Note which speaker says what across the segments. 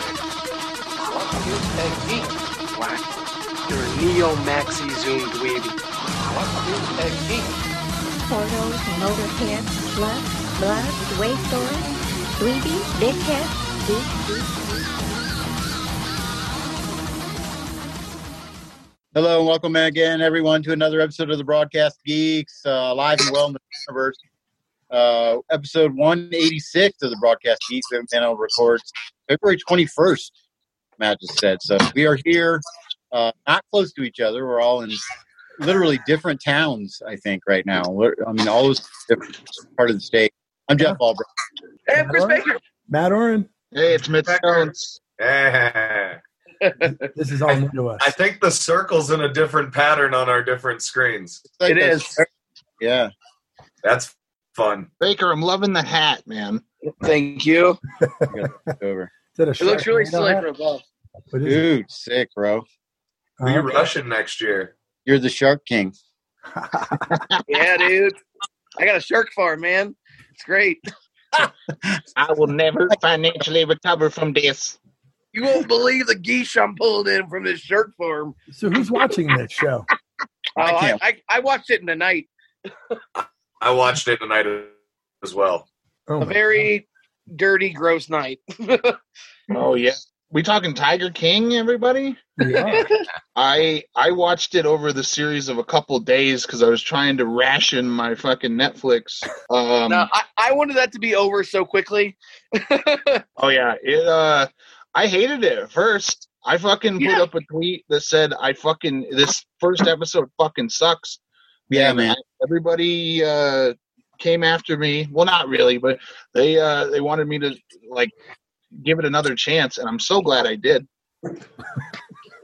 Speaker 1: What is a geek?
Speaker 2: You're a neo maxi zoom dweeby.
Speaker 1: What is a geek?
Speaker 3: Portals, motorhead, slut, blood, waste storage, 3D, dickhead, geek, geek, geek.
Speaker 4: Hello and welcome again, everyone, to another episode of the Broadcast Geeks, uh, live and well in the universe. Uh, episode 186 of the Broadcast Geeks, and panel records February 21st, Matt just said. So we are here, uh, not close to each other. We're all in literally different towns, I think, right now. We're, I mean, all those different part of the state. I'm Jeff Albrecht.
Speaker 5: And Chris Baker.
Speaker 6: Matt Oren.
Speaker 7: Hey, it's Mitch Jones.
Speaker 8: Eh.
Speaker 6: This is all new to us.
Speaker 8: I think the circle's in a different pattern on our different screens.
Speaker 4: It's like
Speaker 5: It
Speaker 4: that-
Speaker 5: is.
Speaker 4: Yeah.
Speaker 8: That's fun.
Speaker 7: Baker, I'm loving the hat, man.
Speaker 5: Thank you.
Speaker 4: Over.
Speaker 6: Is that a
Speaker 5: It looks
Speaker 6: Sharknado
Speaker 5: really silly
Speaker 6: hat?
Speaker 5: from above.
Speaker 6: What is it?
Speaker 4: Dude, sick, bro.
Speaker 8: We
Speaker 6: Uh,
Speaker 8: Russian next year.
Speaker 4: You're the Shark King.
Speaker 5: Yeah, dude. I got a shark farm, man. It's great.
Speaker 7: I will never financially recover from this.
Speaker 5: You won't believe the geese I'm pulling in from this shark farm.
Speaker 6: so who's watching this show?
Speaker 5: Oh,
Speaker 4: I
Speaker 5: I,
Speaker 4: can't.
Speaker 5: I, I watched it in the night.
Speaker 8: I watched it tonight as well.
Speaker 6: Oh
Speaker 5: A
Speaker 6: my
Speaker 5: very dirty, gross night.
Speaker 7: Oh yeah. We talking Tiger King, everybody?
Speaker 6: God, we are.
Speaker 7: I I watched it over the series of a couple days because I was trying to ration my fucking Netflix. Um,
Speaker 5: Now, I, I wanted that to be over so quickly.
Speaker 7: Oh yeah, it. Uh, I hated it at first. I fucking put
Speaker 5: Yeah.
Speaker 7: up a tweet that said, "I fucking this first episode fucking sucks."
Speaker 4: Yeah,
Speaker 7: And
Speaker 4: man.
Speaker 7: I- everybody uh, came after me. Well, not really, but they uh, they wanted me to like give it another chance, and I'm so glad I did.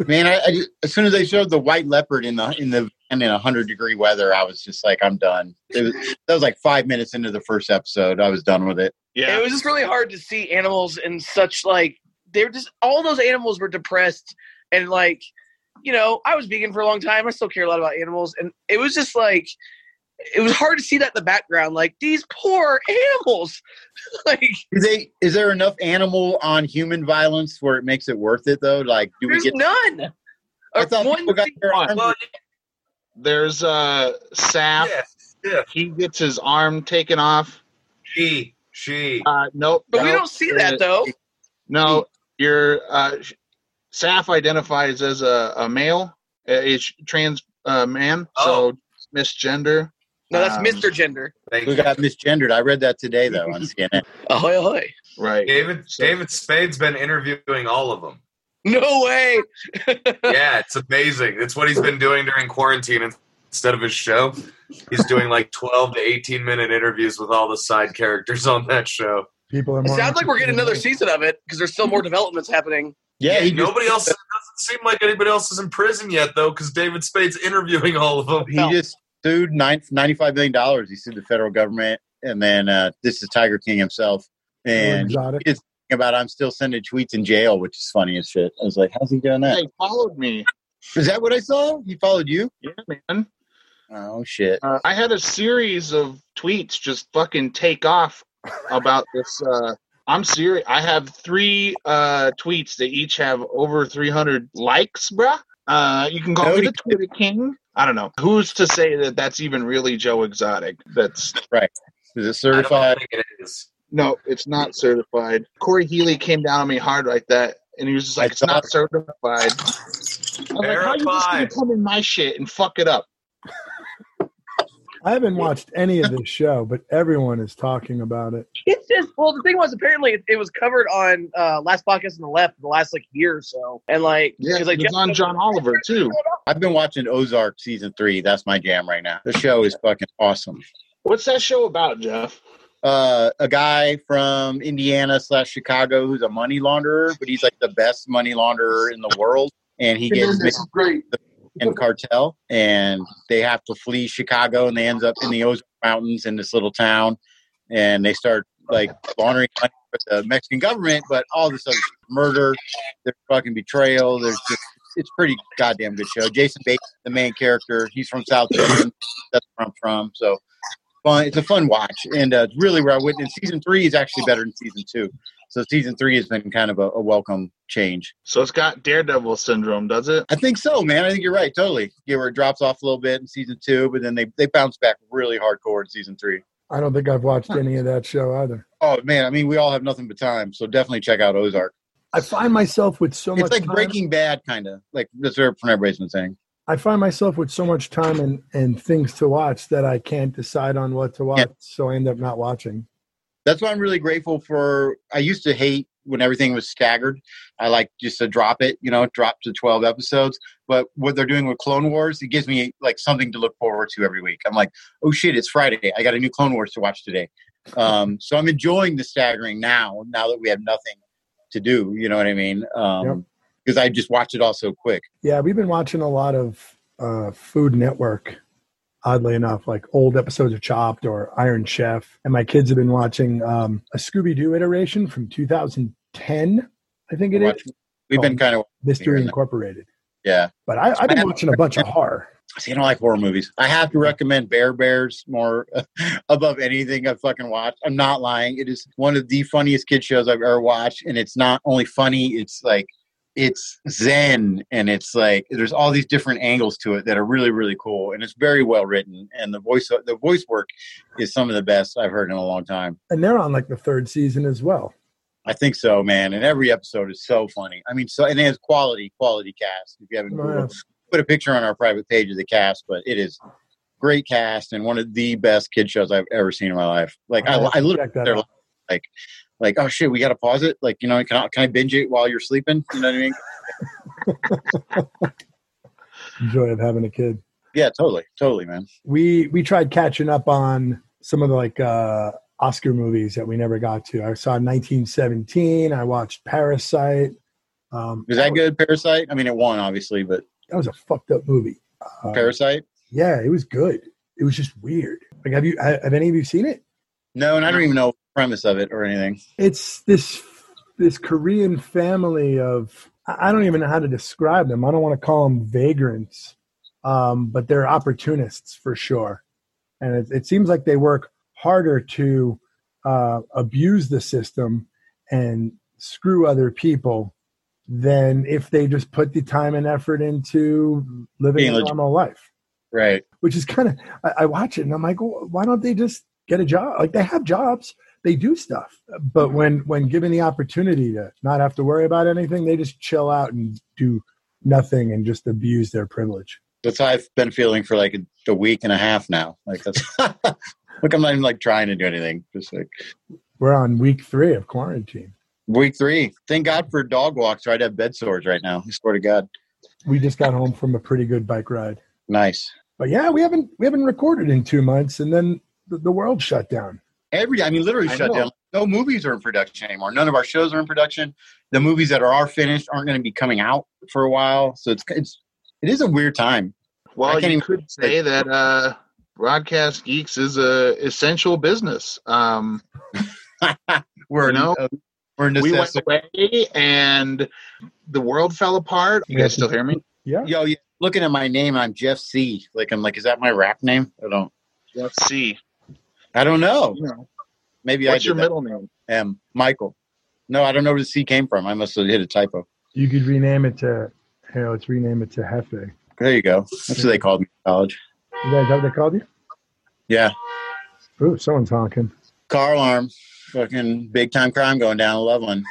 Speaker 4: Man, I, I, as soon as they showed the white leopard in the in the and in hundred degree weather, I was just like, I'm done. It was, that was like five minutes into the first episode. I was done with it.
Speaker 7: Yeah,
Speaker 5: It was just really hard to see animals in such like they were just all those animals were depressed and like you know I was vegan for a long time. I still care a lot about animals, and it was just like it was hard to see that in the background. Like these poor animals, like
Speaker 4: Is they is there enough animal on human violence where it makes it worth it though? Like, do we
Speaker 5: there's
Speaker 4: get?
Speaker 5: none.
Speaker 4: I
Speaker 5: Or
Speaker 4: thought
Speaker 5: one
Speaker 4: people got
Speaker 5: thing-
Speaker 4: their arms-
Speaker 8: Well,
Speaker 7: there's uh, Saf.
Speaker 8: yeah, yeah.
Speaker 7: He gets his arm taken off.
Speaker 8: She, she.
Speaker 7: Uh, nope.
Speaker 5: but we
Speaker 7: nope.
Speaker 5: don't see that though.
Speaker 7: No, your uh, sh- Saf identifies as a, a male, uh, is trans uh, man, so misgender.
Speaker 5: No, that's
Speaker 7: Um,
Speaker 5: Mister Gender.
Speaker 8: Oh. Thank
Speaker 4: who
Speaker 8: you.
Speaker 4: got misgendered. I read that today though on CNN.
Speaker 5: Ahoy ahoy!
Speaker 7: Right.
Speaker 8: David David Spade's been interviewing all of them.
Speaker 5: No way.
Speaker 8: Yeah, it's amazing. It's what he's been doing during quarantine instead of his show. He's doing like 12 to 18 minute interviews with all the side characters on that show.
Speaker 6: People are
Speaker 5: It
Speaker 6: more
Speaker 5: sounds like we're getting another
Speaker 6: interested
Speaker 5: season of it because there's still more developments happening.
Speaker 4: Yeah, he just,
Speaker 8: nobody else doesn't seem like anybody else is in prison yet, though, because David Spade's interviewing all of them.
Speaker 4: he just sued nine, 95 million dollars. He sued the federal government, and then uh, this is Tiger King himself,
Speaker 6: in
Speaker 4: and
Speaker 6: exotic.
Speaker 4: about I'm still sending tweets in jail, which is funny as shit. I was like, how's he doing that?
Speaker 7: They followed me.
Speaker 4: Is that what I saw? He followed you?
Speaker 7: Yeah, man.
Speaker 4: Oh shit!
Speaker 7: Uh, I had a series of tweets just fucking take off about this. Uh, I'm serious. I have three uh, tweets that each have over 300 likes, bruh. Uh, you can call me
Speaker 4: Cody-
Speaker 7: the Twitter King. I don't know. Who's to say that that's even really Joe Exotic? That's
Speaker 4: Is it
Speaker 8: I don't
Speaker 4: certified?
Speaker 8: think it is.
Speaker 7: No, it's not certified. Corey Healy came down on me hard like that, and he was just like,
Speaker 4: I
Speaker 7: "It's not
Speaker 4: thought-
Speaker 7: certified." I was like, "How are you just gonna
Speaker 8: Verified.
Speaker 7: come in my shit and fuck it up?"
Speaker 6: I haven't watched any of this show, but everyone is talking about it.
Speaker 5: It's just well, the thing was apparently it, it was covered on uh, last podcast on the left the last like year or so, and like
Speaker 7: Yeah,
Speaker 5: 'cause,
Speaker 7: it
Speaker 5: like
Speaker 7: was on John Oliver too.
Speaker 4: I've been watching Ozark season three. That's my jam right now. The show is fucking awesome.
Speaker 7: What's that show about, Jeff?
Speaker 4: uh, a guy from Indiana slash Chicago who's a money launderer, but he's like the best money launderer in the world, and he gets
Speaker 7: This is great.
Speaker 4: and cartel, and they have to flee Chicago, and they ends up in the Ozark Mountains in this little town, and they start like laundering money with the Mexican government, but all this other shit, murder, there's fucking betrayal, there's just it's pretty goddamn good show. Jason Bates, the main character, he's from South Bend, that's where I'm from, so fun. It's a fun watch, and uh, it's really where I went. And season three is actually better than season two, so season three has been kind of a, a welcome change.
Speaker 7: So it's got Daredevil syndrome, does it?
Speaker 4: I think so, man. I think you're right. Totally. Yeah, where it drops off a little bit in season two, but then they, they bounce back really hardcore in season three.
Speaker 6: I don't think I've watched any of that show either.
Speaker 4: Oh man, I mean, we all have nothing but time, so definitely check out Ozark.
Speaker 6: I find myself with so much
Speaker 4: it's like
Speaker 6: time-
Speaker 4: Breaking Bad, kind of like that's what everybody's been saying.
Speaker 6: I find myself with so much time and, and things to watch that I can't decide on what to watch, so I end up not watching.
Speaker 4: That's why I'm really grateful for. I used to hate when everything was staggered. I like just to drop it, you know, drop to 12 episodes. But what they're doing with Clone Wars, it gives me like something to look forward to every week. I'm like, oh shit, it's Friday. I got a new Clone Wars to watch today. Um, so I'm enjoying the staggering now, now that we have nothing to do. You know what I mean? Because I just watched it all so quick.
Speaker 6: Yeah, we've been watching a lot of uh, Food Network, oddly enough, like old episodes of Chopped or Iron Chef. And my kids have been watching um, a Scooby Doo iteration from 2010, I think it is.
Speaker 4: We've been kind of,
Speaker 6: Mystery Incorporated.
Speaker 4: yeah.
Speaker 6: But I, I've been watching a bunch of horror.
Speaker 4: See, I don't like horror movies. I have to recommend Bear Bears more above anything I've fucking watched. I'm not lying. It is one of the funniest kid shows I've ever watched, and it's not only funny. It's like it's zen, and it's like there's all these different angles to it that are really really cool, and it's very well written. And the voice the voice work is some of the best I've heard in a long time.
Speaker 6: And they're on like the third season as well.
Speaker 4: I think so, man. And every episode is so funny. I mean, so and it has quality, quality cast. If you haven't
Speaker 6: Oh, yeah.
Speaker 4: Googled, put a picture on our private page of the cast, but it is great cast and one of the best kid shows I've ever seen in my life. Like I,
Speaker 6: I'll have
Speaker 4: I
Speaker 6: to
Speaker 4: literally
Speaker 6: Oh, check that
Speaker 4: they're
Speaker 6: out.
Speaker 4: like, like oh shit, we got to pause it. Like you know, can I, can I binge it while you're sleeping? You know what I mean?
Speaker 6: Joy of having a kid.
Speaker 4: Yeah, totally, totally, man.
Speaker 6: we we tried catching up on some of the like uh oscar movies that we never got to i saw 1917 i watched parasite um
Speaker 4: Is that good? Parasite. I mean, it won obviously, but
Speaker 6: that was a fucked up movie Uh,
Speaker 4: Parasite.
Speaker 6: yeah it was good it was just weird like have you ha- have any of you seen it
Speaker 4: No, and I don't even know the premise of it or anything.
Speaker 6: it's this this korean family of i I don't even know how to describe them i don't want to call them vagrants um but they're opportunists for sure and it, it seems like they work harder to uh, abuse the system and screw other people than if they just put the time and effort into living
Speaker 4: Being
Speaker 6: a
Speaker 4: legit.
Speaker 6: normal life.
Speaker 4: Right.
Speaker 6: Which is kind of I, I watch it and I'm like, "Well, why don't they just get a job? Like they have jobs, they do stuff, but when when given the opportunity to not have to worry about anything, they just chill out and do nothing and just abuse their privilege.
Speaker 4: That's how I've been feeling for like a, a week and a half now. Like that's look, I'm not even like trying to do anything. Just like
Speaker 6: We're on week three of quarantine.
Speaker 4: week three. Thank God for dog walks. Or I'd have bed sores right now. I swear to God.
Speaker 6: We just got home from a pretty good bike ride.
Speaker 4: Nice.
Speaker 6: But yeah, we haven't we haven't recorded in two months, and then the, the world shut down.
Speaker 4: Every I mean, literally
Speaker 7: I
Speaker 4: shut
Speaker 7: know.
Speaker 4: down. No movies are in production anymore. None of our shows are in production. The movies that are, are finished aren't going to be coming out for a while. So it's it's it is a weird time. I
Speaker 7: Well,
Speaker 4: can't
Speaker 7: you
Speaker 4: even-
Speaker 7: could say that uh, broadcast geeks is a essential business. Um,
Speaker 4: We're
Speaker 7: You know,
Speaker 4: uh, we're
Speaker 7: we went
Speaker 4: necessity.
Speaker 7: away and the world fell apart. You guys still hear me?
Speaker 6: Yeah,
Speaker 4: Yo, yeah, looking at my name, I'm Jeff C. Like I'm like, is that my rap name? I don't.
Speaker 7: Let's see.
Speaker 4: I don't know.
Speaker 7: You know,
Speaker 4: Maybe I
Speaker 7: what's
Speaker 4: did
Speaker 7: your
Speaker 4: that.
Speaker 7: middle name?
Speaker 4: M. Michael. No, I don't know where the C came from. I must have hit a typo.
Speaker 6: you could rename it to here. Let's rename it to Hefe.
Speaker 4: There you go. That's what they called me in college.
Speaker 6: Is that what they called you?
Speaker 4: Yeah.
Speaker 6: Ooh, someone's honking.
Speaker 4: Car alarm. Fucking big time crime going down in Loveland.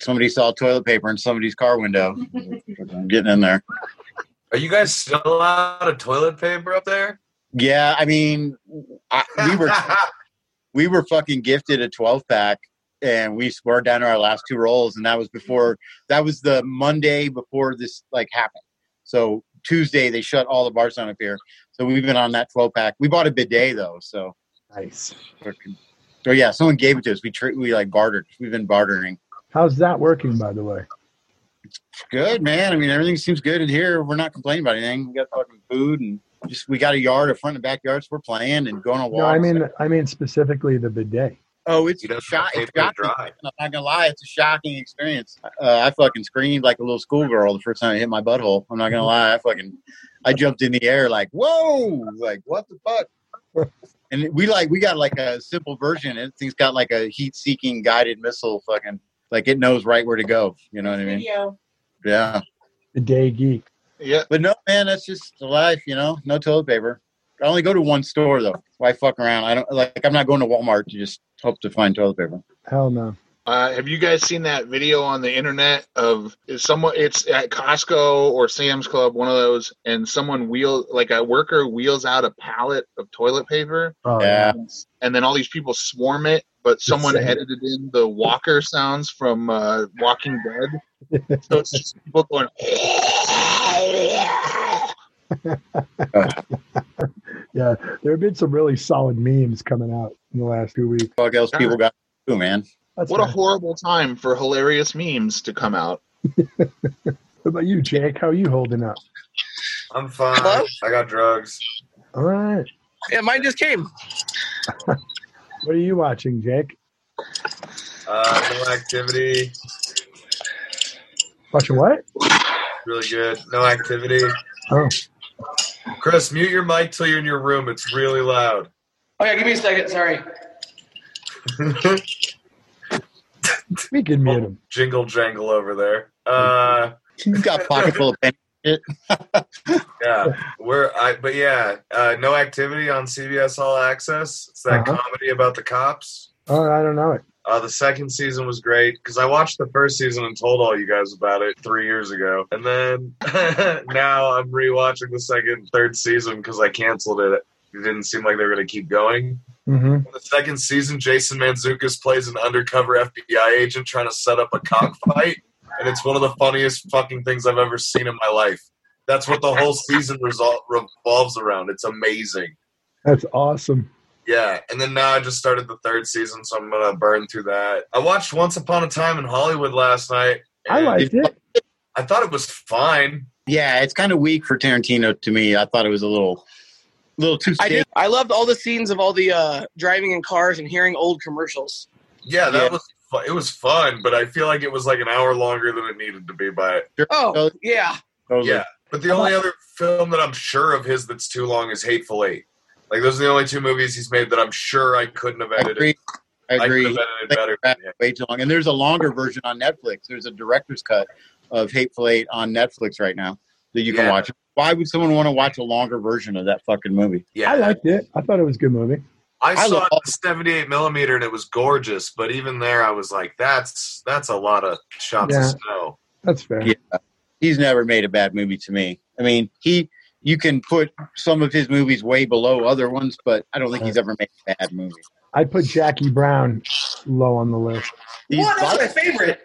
Speaker 4: Somebody saw toilet paper in somebody's car window. I'm getting in there.
Speaker 9: Are you guys still out of toilet paper up there?
Speaker 4: Yeah, I mean, I, we were we were fucking gifted a 12 pack and we scored down to our last two rolls and that was before that was the monday before this like happened so tuesday they shut all the bars down up here so we've been on that 12 pack we bought a bidet though so
Speaker 6: Nice.
Speaker 4: fucking Oh yeah, someone gave it to us. We tra- we like bartered. We've been bartering.
Speaker 6: How's that working, by the way?
Speaker 4: Good man. I mean, everything seems good in here. We're not complaining about anything. We got fucking food and just we got a yard, a front and backyards. we're playing and going on walks.
Speaker 6: No, I mean, I mean specifically the bidet.
Speaker 4: Oh, it's shock. It's shocking. I'm not gonna lie, it's a shocking experience. Uh, I fucking screamed like a little schoolgirl the first time I hit my butthole. I'm not gonna lie, I fucking, I jumped in the air like, whoa, like what the fuck? And we like we got like a simple version. It thing's got like a heat-seeking guided missile. Fucking like it knows right where to go. You know what I mean?
Speaker 10: Video.
Speaker 4: Yeah.
Speaker 6: Bidet geek.
Speaker 7: Yeah.
Speaker 4: But no, man, that's just the life. You know, no toilet paper. I only go to one store though. Why fuck around? I don't like. I'm not going to Walmart to just hope to find toilet paper.
Speaker 6: Hell no.
Speaker 7: Uh, have you guys seen that video on the internet of is someone? It's at Costco or Sam's Club, one of those, and someone wheel like a worker wheels out a pallet of toilet paper,
Speaker 6: Oh,
Speaker 4: yeah.
Speaker 7: and then all these people swarm it. But someone
Speaker 6: Insane.
Speaker 7: edited in the walker sounds from uh, Walking Dead, so it's just people going.
Speaker 6: Yeah, there have been some really solid memes coming out in the last few weeks.
Speaker 4: Fuck else people got to do, man.
Speaker 6: That's
Speaker 7: What a
Speaker 6: bad.
Speaker 7: horrible time for hilarious memes to come out.
Speaker 6: What about you, Jake? How are you holding up?
Speaker 9: I'm fine.
Speaker 11: Hello?
Speaker 9: I got drugs.
Speaker 6: All right.
Speaker 11: Yeah, mine just came.
Speaker 6: What are you watching, Jake?
Speaker 9: Uh, no activity.
Speaker 6: Watching what?
Speaker 9: Really good. No activity.
Speaker 6: Oh,
Speaker 9: Chris, mute your mic till you're in your room. It's really loud.
Speaker 11: Oh yeah, give me a second. Sorry.
Speaker 6: we can mute him.
Speaker 9: Jingle jangle over there. Uh,
Speaker 4: You got a pocket full of pen.
Speaker 9: yeah, we're. I but yeah, uh, no activity on CBS All Access. It's that
Speaker 6: Uh-huh.
Speaker 9: comedy about the cops.
Speaker 6: Oh, I don't know it.
Speaker 9: Uh, the second season was great because I watched the first season and told all you guys about it three years ago, and then now I'm rewatching the second, third season because I canceled it. It didn't seem like they were going to keep going.
Speaker 6: hmm
Speaker 9: In the second season, Jason Manzukis plays an undercover FBI agent trying to set up a cockfight, and it's one of the funniest fucking things I've ever seen in my life. That's what the whole season resol- revolves around. It's amazing.
Speaker 6: That's awesome.
Speaker 9: Yeah, and then now I just started the third season, so I'm gonna burn through that. I watched Once Upon a Time in Hollywood last night.
Speaker 6: I
Speaker 9: and
Speaker 6: liked it.
Speaker 9: I thought it was fine.
Speaker 4: Yeah, it's kind of weak for Tarantino to me. I thought it was a little, little too.
Speaker 11: I
Speaker 4: stiff.
Speaker 11: did. I loved all the scenes of all the uh, driving in cars and hearing old commercials.
Speaker 9: Yeah, that
Speaker 4: Yeah.
Speaker 9: was fu- it was fun, but I feel like it was like an hour longer than it needed to be by it.
Speaker 11: Oh yeah,
Speaker 4: Totally.
Speaker 9: Yeah, but the only other film that I'm sure of his that's too long is Hateful Eight. Like those are the only two movies he's made that I'm sure I couldn't have
Speaker 4: I
Speaker 9: edited.
Speaker 4: agree. I
Speaker 9: I
Speaker 4: agree.
Speaker 9: could have edited better.
Speaker 4: That's
Speaker 9: Yeah.
Speaker 4: Way too long. And there's a longer version on Netflix. There's a director's cut of Hateful Eight on Netflix right now that you can
Speaker 9: Yeah.
Speaker 4: watch. Why would someone want to watch a longer version of that fucking movie?
Speaker 9: Yeah,
Speaker 6: I liked it. I thought it was a good movie.
Speaker 9: I
Speaker 4: I
Speaker 9: saw
Speaker 4: love-
Speaker 9: it in 78 millimeter and it was gorgeous, but even there I was like, that's that's a lot of shots
Speaker 6: Yeah.
Speaker 9: of snow.
Speaker 6: That's fair.
Speaker 4: Yeah. He's never made a bad movie to me. I mean, he you can put some of his movies way below other ones, but I don't think he's ever made a bad movie.
Speaker 6: I put Jackie Brown low on the list.
Speaker 4: He's
Speaker 11: Well,
Speaker 4: lot-
Speaker 11: that's my favorite.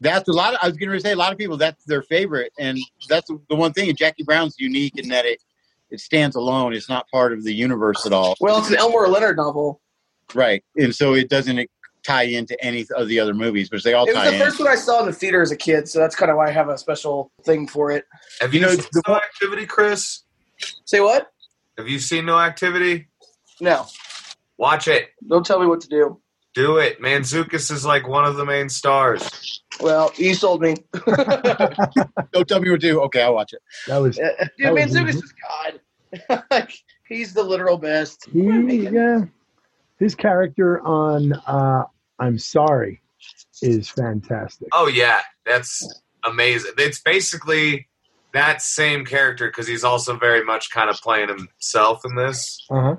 Speaker 4: that's a lot. Of, I was going to say a lot of people that's their favorite, and that's the one thing. Jackie Brown's unique in that it it stands alone. It's not part of the universe at all,
Speaker 11: Well, it's an Elmore Leonard novel.
Speaker 4: right? And so it doesn't tie into any of the other movies, which they all
Speaker 11: It was
Speaker 4: tie
Speaker 11: the
Speaker 4: in.
Speaker 11: first one I saw in the theater as a kid, so that's kind of why I have a special thing for it.
Speaker 9: Have you,
Speaker 4: You know,
Speaker 9: seen
Speaker 4: the
Speaker 9: no
Speaker 4: one-
Speaker 9: activity, Chris?
Speaker 11: Say what?
Speaker 9: Have you seen no activity?
Speaker 11: No,
Speaker 9: Watch it.
Speaker 11: don't tell me what to do.
Speaker 9: Do it. Manzukis is like one of the main stars.
Speaker 11: Well, you sold me. Dude,
Speaker 4: Don't tell me what to do. Okay, I'll watch it.
Speaker 6: That was That was
Speaker 11: Manzukis
Speaker 6: easy.
Speaker 11: is God. like, he's the literal best.
Speaker 6: he.
Speaker 11: Megan.
Speaker 6: Yeah, his character on uh, "I'm Sorry" is fantastic.
Speaker 9: Oh yeah, that's amazing. It's basically that same character because he's also very much kind of playing himself in this.
Speaker 6: Uh huh.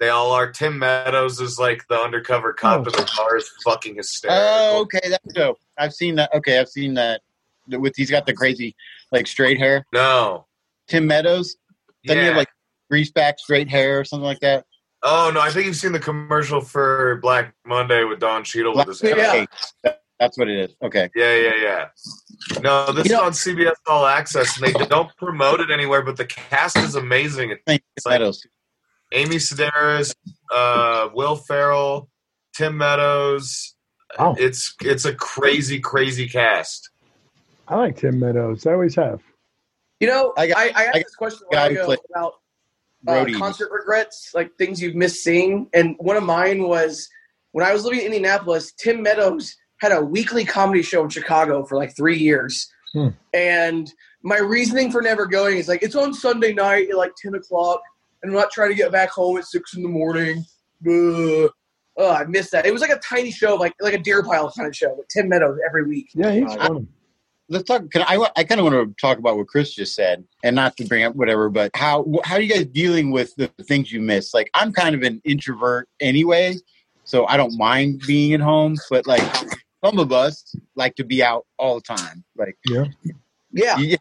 Speaker 9: They all are. Tim Meadows is like the undercover cop,
Speaker 6: Oh.
Speaker 9: and the car is fucking hysterical.
Speaker 4: Oh, okay, that's dope. I've seen that. Okay, I've seen that. With he's got the crazy like straight hair.
Speaker 9: No.
Speaker 4: Tim Meadows doesn't he
Speaker 9: Yeah.
Speaker 4: have like grease back, straight hair, or something like that?
Speaker 9: oh no, I think you've seen the commercial for Black Monday with Don Cheadle with his
Speaker 11: Yeah.
Speaker 4: Okay, that- that's what it is. Okay,
Speaker 9: Yeah, yeah, yeah. No, this
Speaker 11: You know-
Speaker 9: is on CBS All Access, and they don't promote it anywhere. But the cast is amazing.
Speaker 4: Tim
Speaker 9: like-
Speaker 4: Meadows.
Speaker 9: Amy Sedaris, uh, Will Ferrell,
Speaker 12: Tim Meadows.
Speaker 6: Oh.
Speaker 12: It's it's a crazy, crazy cast.
Speaker 6: I like Tim Meadows. I always have.
Speaker 5: You know, I
Speaker 4: got-
Speaker 5: I, I
Speaker 4: I
Speaker 5: asked
Speaker 4: got
Speaker 5: this question a
Speaker 4: guy
Speaker 5: while
Speaker 4: who
Speaker 5: ago
Speaker 4: played
Speaker 5: about uh,
Speaker 4: Brody.
Speaker 5: concert regrets, like things you've missed seeing. And one of mine was when I was living in Indianapolis, Tim Meadows had a weekly comedy show in Chicago for like three years.
Speaker 6: Hmm.
Speaker 5: And my reasoning for never going is like, it's on Sunday night at like 10 o'clock, and I'm not trying to get back home at 6 in the morning. Ugh. Oh, I missed that. It was like a tiny show, like like a deer pile kind of show, with Tim Meadows every week.
Speaker 6: Yeah, he's
Speaker 4: Uh,
Speaker 6: funny.
Speaker 4: Let's talk. Can I, I kind of want to talk about what Chris just said, and not to bring up whatever, but how how are you guys dealing with the things you miss? Like, I'm kind of an introvert anyway, so I don't mind being at home. But like, some of us like to be out all the time. Like,
Speaker 6: Yeah.
Speaker 5: Yeah.
Speaker 4: you-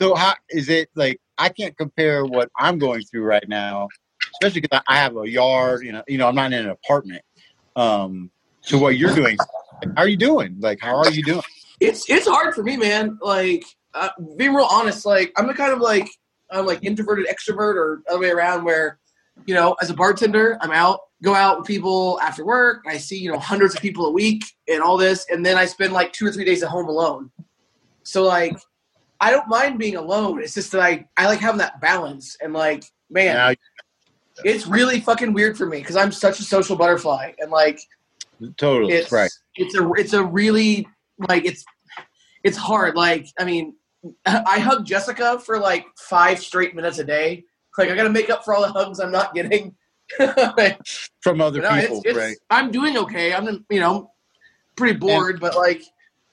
Speaker 4: so how is it like? I can't compare what I'm going through right now, especially because I I have a yard. You know, you know, I'm not in an apartment. Um, to what you're doing. How are you doing? Like, how are you doing?
Speaker 5: It's it's hard for me, man. Like uh, being real honest, like I'm the kind of like I'm like introverted extrovert or other way around. Where you know, as a bartender, I'm out, go out with people after work. I see you know hundreds of people a week and all this, and then I spend like two or three days at home alone. So like, I don't mind being alone. It's just that I I like having that balance and like man,
Speaker 4: Now
Speaker 5: it's really fucking weird for me because I'm such a social butterfly and like
Speaker 4: Totally
Speaker 5: it's
Speaker 4: right.
Speaker 5: it's a it's a really like it's it's hard like i mean i hug jessica for like five straight minutes a day like i gotta make up for all the hugs i'm not getting But
Speaker 4: From other
Speaker 5: no, it's-
Speaker 4: people,
Speaker 5: it's-
Speaker 4: right?
Speaker 5: i'm doing okay i'm you know pretty bored but like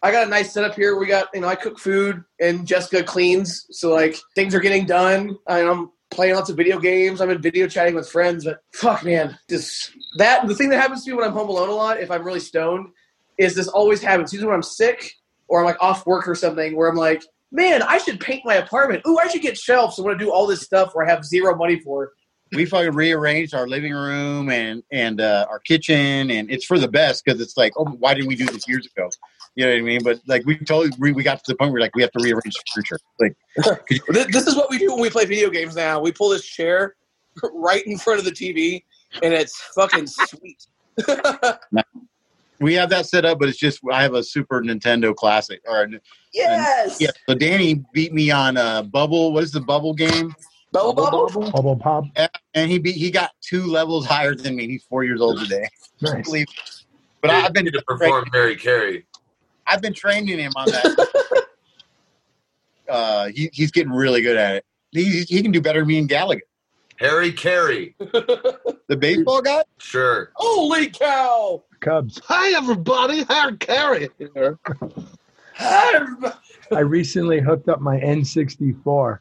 Speaker 5: i got a nice setup here we got you know i cook food and jessica cleans so like things are getting done I, i'm playing lots of video games i'm in video chatting with friends but fuck man just that the thing that happens to me when i'm home alone a lot if i'm really stoned is this always happens. Usually when I'm sick or I'm like off work or something, where I'm like, man, I should paint my apartment. Ooh, I should get shelves. I want to do all this stuff where I have zero money for.
Speaker 4: We fucking rearranged our living room and and uh, our kitchen, and it's for the best because it's like, oh, why didn't we do this years ago? You know what I mean? But like, we totally we, we got to the point where like we have to rearrange furniture. Like,
Speaker 5: This, this is what we do when we play video games now. We pull this chair right in front of the TV, and it's fucking sweet.
Speaker 4: we have that set up, but it's just I have a Super Nintendo Classic. Or a-
Speaker 5: yes.
Speaker 4: yeah, so Danny beat me on uh, Bubble. What is the Bubble game?
Speaker 5: Bubble bubble.
Speaker 6: Bubble Pop.
Speaker 4: And he beat he got two levels higher than me. He's four years old today.
Speaker 6: Nice.
Speaker 4: Believe- But I've been
Speaker 12: need to perform Mary Carey.
Speaker 4: I've been training him on that. uh, he, he's getting really good at it. He, he can do better than me and Gallagher.
Speaker 12: Harry Carey.
Speaker 4: The baseball guy?
Speaker 12: Sure.
Speaker 5: Holy cow!
Speaker 6: Cubs.
Speaker 7: Hi, everybody. Howard Carey here.
Speaker 5: Ah,
Speaker 6: I recently hooked up my N64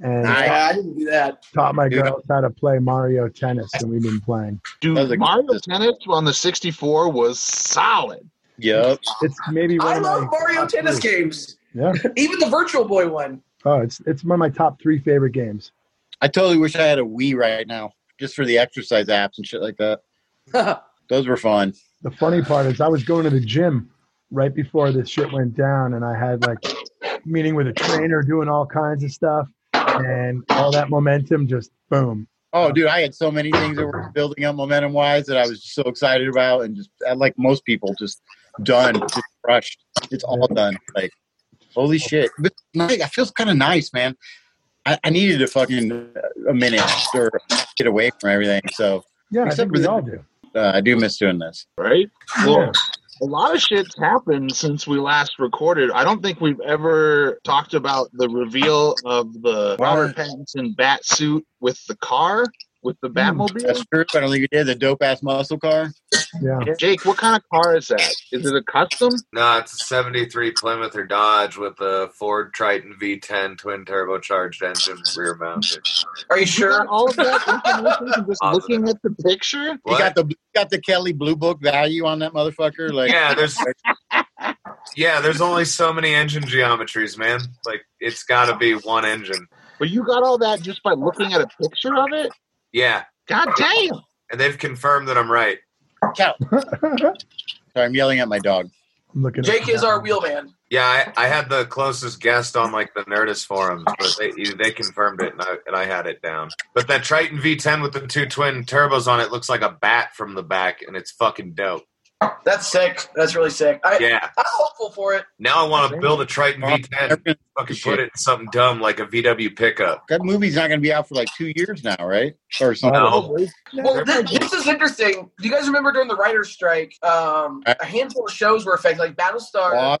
Speaker 6: and
Speaker 4: Nice.
Speaker 5: I didn't do that.
Speaker 6: taught my
Speaker 4: Dude.
Speaker 6: girls how to play Mario Tennis, and we've been playing.
Speaker 4: That was
Speaker 7: Dude,
Speaker 4: a-
Speaker 7: Mario Tennis on the 64 was solid.
Speaker 4: Yep.
Speaker 6: It's maybe one
Speaker 5: I
Speaker 6: of
Speaker 5: love
Speaker 6: my
Speaker 5: Mario
Speaker 6: top
Speaker 5: tennis
Speaker 6: three.
Speaker 5: games,
Speaker 6: Yeah.
Speaker 5: even the Virtual Boy one.
Speaker 6: Oh, it's it's one of my top three favorite games.
Speaker 4: I totally wish I had a Wii right now just for the exercise apps and shit like that. Those were fun.
Speaker 6: The funny part is I was going to the gym right before this shit went down, and I had like meeting with a trainer, doing all kinds of stuff, and all that momentum just boom.
Speaker 4: Oh, dude, I had so many things that were building up momentum wise that I was just so excited about and just uh, like most people, just done, just crushed. It's all done. Like, holy shit! But like, I feels kind of nice, man. I, I needed to fucking uh, a minute or get away from everything. So
Speaker 6: Yeah, I
Speaker 4: Except
Speaker 6: think
Speaker 4: for
Speaker 6: we
Speaker 4: the-
Speaker 6: all do.
Speaker 4: uh, I do miss doing this.
Speaker 7: Right?
Speaker 6: Yeah.
Speaker 7: A lot of shit's happened since we last recorded. I don't think we've ever talked about the reveal of the Robert Pattinson bat suit with the car, with the Batmobile.
Speaker 4: That's true. I don't think you did the dope ass muscle car.
Speaker 6: Yeah.
Speaker 7: Jake, what kind of car is that? Is it a custom?
Speaker 12: No, it's a 73 Plymouth or Dodge with a Ford Triton V10 twin turbocharged engine rear mounted.
Speaker 5: Are you
Speaker 7: You got
Speaker 5: sure?
Speaker 7: all of that information from just
Speaker 12: Positive.
Speaker 7: looking at the picture?
Speaker 4: You
Speaker 12: What?
Speaker 4: got the you got the Kelly Blue Book value on that motherfucker. Like,
Speaker 12: yeah, there's yeah, there's only so many engine geometries, man. Like it's got to be one engine.
Speaker 7: But you got all that just by looking at a picture of it?
Speaker 12: Yeah,
Speaker 7: God damn.
Speaker 12: and they've confirmed that I'm right.
Speaker 4: cow.
Speaker 6: I'm
Speaker 4: Sorry, I'm yelling at my dog.
Speaker 6: looking.
Speaker 5: Jake
Speaker 6: at-
Speaker 5: is our wheelman.
Speaker 9: Yeah, I, I had the closest guest on like the Nerdist forums, but they you- they confirmed it, and I, and I had it down. But that Triton V10 with the two twin turbos on it looks like a bat from the back, and it's fucking dope.
Speaker 5: That's sick. That's really sick. I,
Speaker 9: Yeah.
Speaker 5: I'm hopeful for it.
Speaker 9: Now I want to build a Triton V10, and fucking put it in something dumb like a VW pickup.
Speaker 4: That movie's not going to be out for like two years now, right? Or
Speaker 6: Oh.
Speaker 4: something.
Speaker 9: No.
Speaker 5: Well, this, this is interesting. Do you guys remember during the writer's strike, um, a handful of shows were affected, like Battlestar was
Speaker 4: Lost,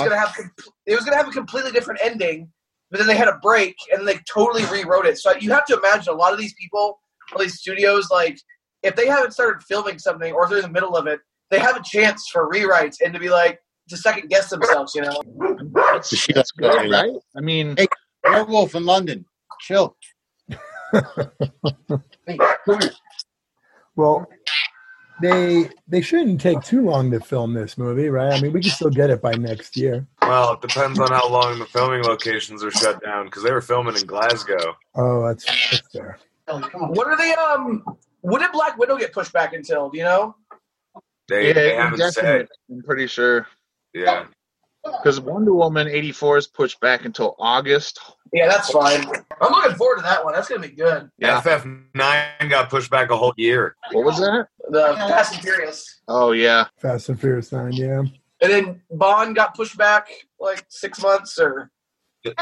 Speaker 4: lost.
Speaker 5: gonna have com- it was gonna have a completely different ending, but then they had a break and they totally rewrote it. So you have to imagine a lot of these people, all these studios, like if they haven't started filming something or if they're in the middle of it, they have a chance for rewrites and to be like to second guess themselves, you know.
Speaker 4: The Sheila
Speaker 7: good,
Speaker 4: Skyler.
Speaker 7: right? I mean,
Speaker 4: hey, werewolf in London. Chill. Hey, come here.
Speaker 6: Well, they they shouldn't take too long to film this movie, right? I mean, we can still get it by next year.
Speaker 9: Well, it depends on how long the filming locations are shut down because they were filming in Glasgow.
Speaker 6: Oh, that's that's fair.
Speaker 5: What are they? Um, when did Black Widow get pushed back until? Do you know?
Speaker 9: They, they haven't
Speaker 7: indefinite,
Speaker 9: said.
Speaker 7: I'm pretty sure
Speaker 9: Yeah.
Speaker 7: because Wonder Woman '84 is pushed back until August.
Speaker 5: Yeah, that's fine. I'm looking forward to that one. That's gonna be good.
Speaker 7: Yeah.
Speaker 9: FF9 got pushed back a whole year.
Speaker 7: What was that?
Speaker 5: The Fast and Furious,
Speaker 7: Oh yeah,
Speaker 6: Fast and Furious Nine, yeah.
Speaker 5: and then Bond got pushed back like six months or.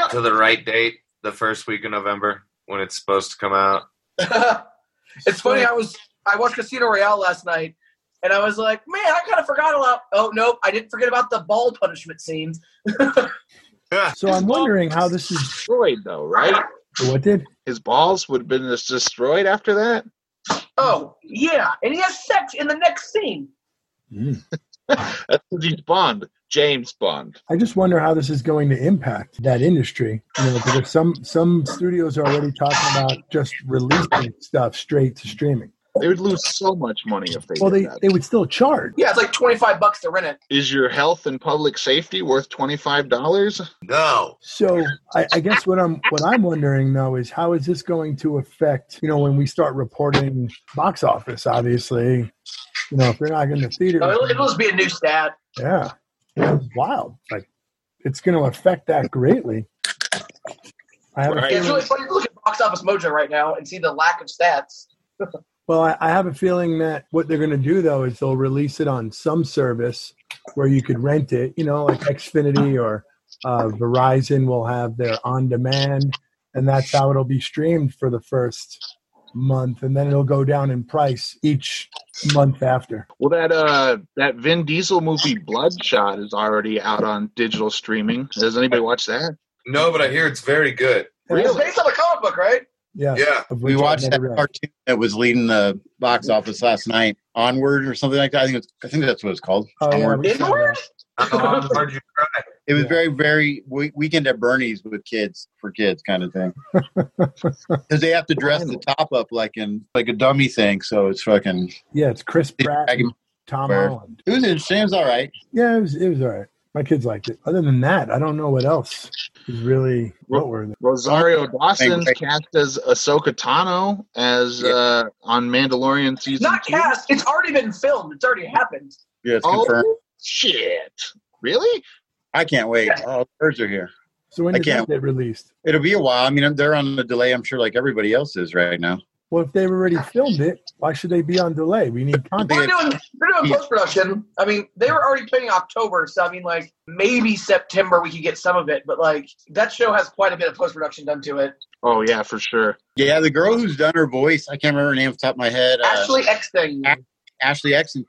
Speaker 9: To the right date, the first week of November when it's supposed to come out.
Speaker 5: it's funny. I was I watched Casino Royale last night, and I was like, man, I kind of forgot about. Oh nope, I didn't forget about the ball punishment scene.
Speaker 6: So I'm wondering how this is.
Speaker 7: destroyed though, right?
Speaker 6: What did?
Speaker 7: His balls would have been just destroyed after that.
Speaker 5: Oh yeah, and he has sex in the next scene.
Speaker 7: That's 'cause he's Bond, James Bond.
Speaker 6: I just wonder how this is going to impact that industry. You know, because if some some studios are already talking about just releasing stuff straight to streaming.
Speaker 7: They would lose so much money if they
Speaker 6: Well,
Speaker 7: did
Speaker 6: they
Speaker 7: that.
Speaker 6: they would still charge.
Speaker 5: Yeah, it's like twenty five bucks to rent it.
Speaker 7: Is your health and public safety worth twenty five dollars?
Speaker 9: No.
Speaker 6: So I, I guess what I'm what I'm wondering though is how is this going to affect you know when we start reporting box office? Obviously, you know if they're not in the theater,
Speaker 5: So it'll, it'll just be a new stat.
Speaker 6: yeah, it's wild. Like it's going to affect that greatly. I have a
Speaker 7: Right.
Speaker 5: Yeah, it's
Speaker 6: feeling,
Speaker 5: really funny to look at Box Office Mojo right now and see the lack of stats.
Speaker 6: well, I, I have a feeling that what they're going to do though is they'll release it on some service where you could rent it. You know, like Xfinity or uh, Verizon will have their on demand, and that's how it'll be streamed for the first month, and then it'll go down in price each month after.
Speaker 7: Well, that uh, that Vin Diesel movie Bloodshot is already out on digital streaming. Does anybody watch that?
Speaker 9: No, but I hear it's very good.
Speaker 5: It's based on a comic book, right?
Speaker 6: Yeah,
Speaker 9: Yeah.
Speaker 6: of
Speaker 4: We
Speaker 6: which I've
Speaker 4: watched that
Speaker 6: never read.
Speaker 4: cartoon that was leading the box office last night, Onward or something like that. I think it's, I think that's what it's called.
Speaker 6: Oh, yeah,
Speaker 4: Onward.
Speaker 6: we saw that.
Speaker 9: How hard you try?
Speaker 4: It was
Speaker 6: Yeah.
Speaker 4: very, very we- weekend at Bernie's with kids for kids kind of thing. Because they have to dress the top up like in like a dummy thing, so it's fucking.
Speaker 6: yeah, it's Chris Pratt, and
Speaker 4: It
Speaker 6: Tom
Speaker 4: Where?
Speaker 6: Holland.
Speaker 4: was interesting. It was all right.
Speaker 6: Yeah, it was it was all right. My kids liked it. Other than that, I don't know what else is really what were they?
Speaker 7: Rosario Dawson's
Speaker 4: Thank
Speaker 7: cast as Ahsoka Tano as uh, on Mandalorian season.
Speaker 5: Not
Speaker 7: two.
Speaker 5: cast. It's already been filmed. It's already happened.
Speaker 4: Yeah, it's confirmed.
Speaker 7: Oh shit! Really?
Speaker 4: I can't wait. All the birds are here.
Speaker 6: So when
Speaker 4: I
Speaker 6: did that
Speaker 4: can't-
Speaker 6: get released?
Speaker 4: It'll be a while. I mean, they're on the delay. I'm sure, like everybody else is right now.
Speaker 6: Well, if they've already filmed it, why should they be on delay? We need
Speaker 5: Well,
Speaker 6: content.
Speaker 5: they're doing, they're doing
Speaker 4: Yeah.
Speaker 5: post production. I mean, they were already planning October, so I mean, like maybe September we could get some of it, but like that show has quite a bit of post production done to it.
Speaker 7: Oh yeah, for sure.
Speaker 4: Yeah, the girl who's done her voice, I can't remember her name off the top of my head. Uh,
Speaker 5: Ashley Eckstein.
Speaker 4: Ashley Exon.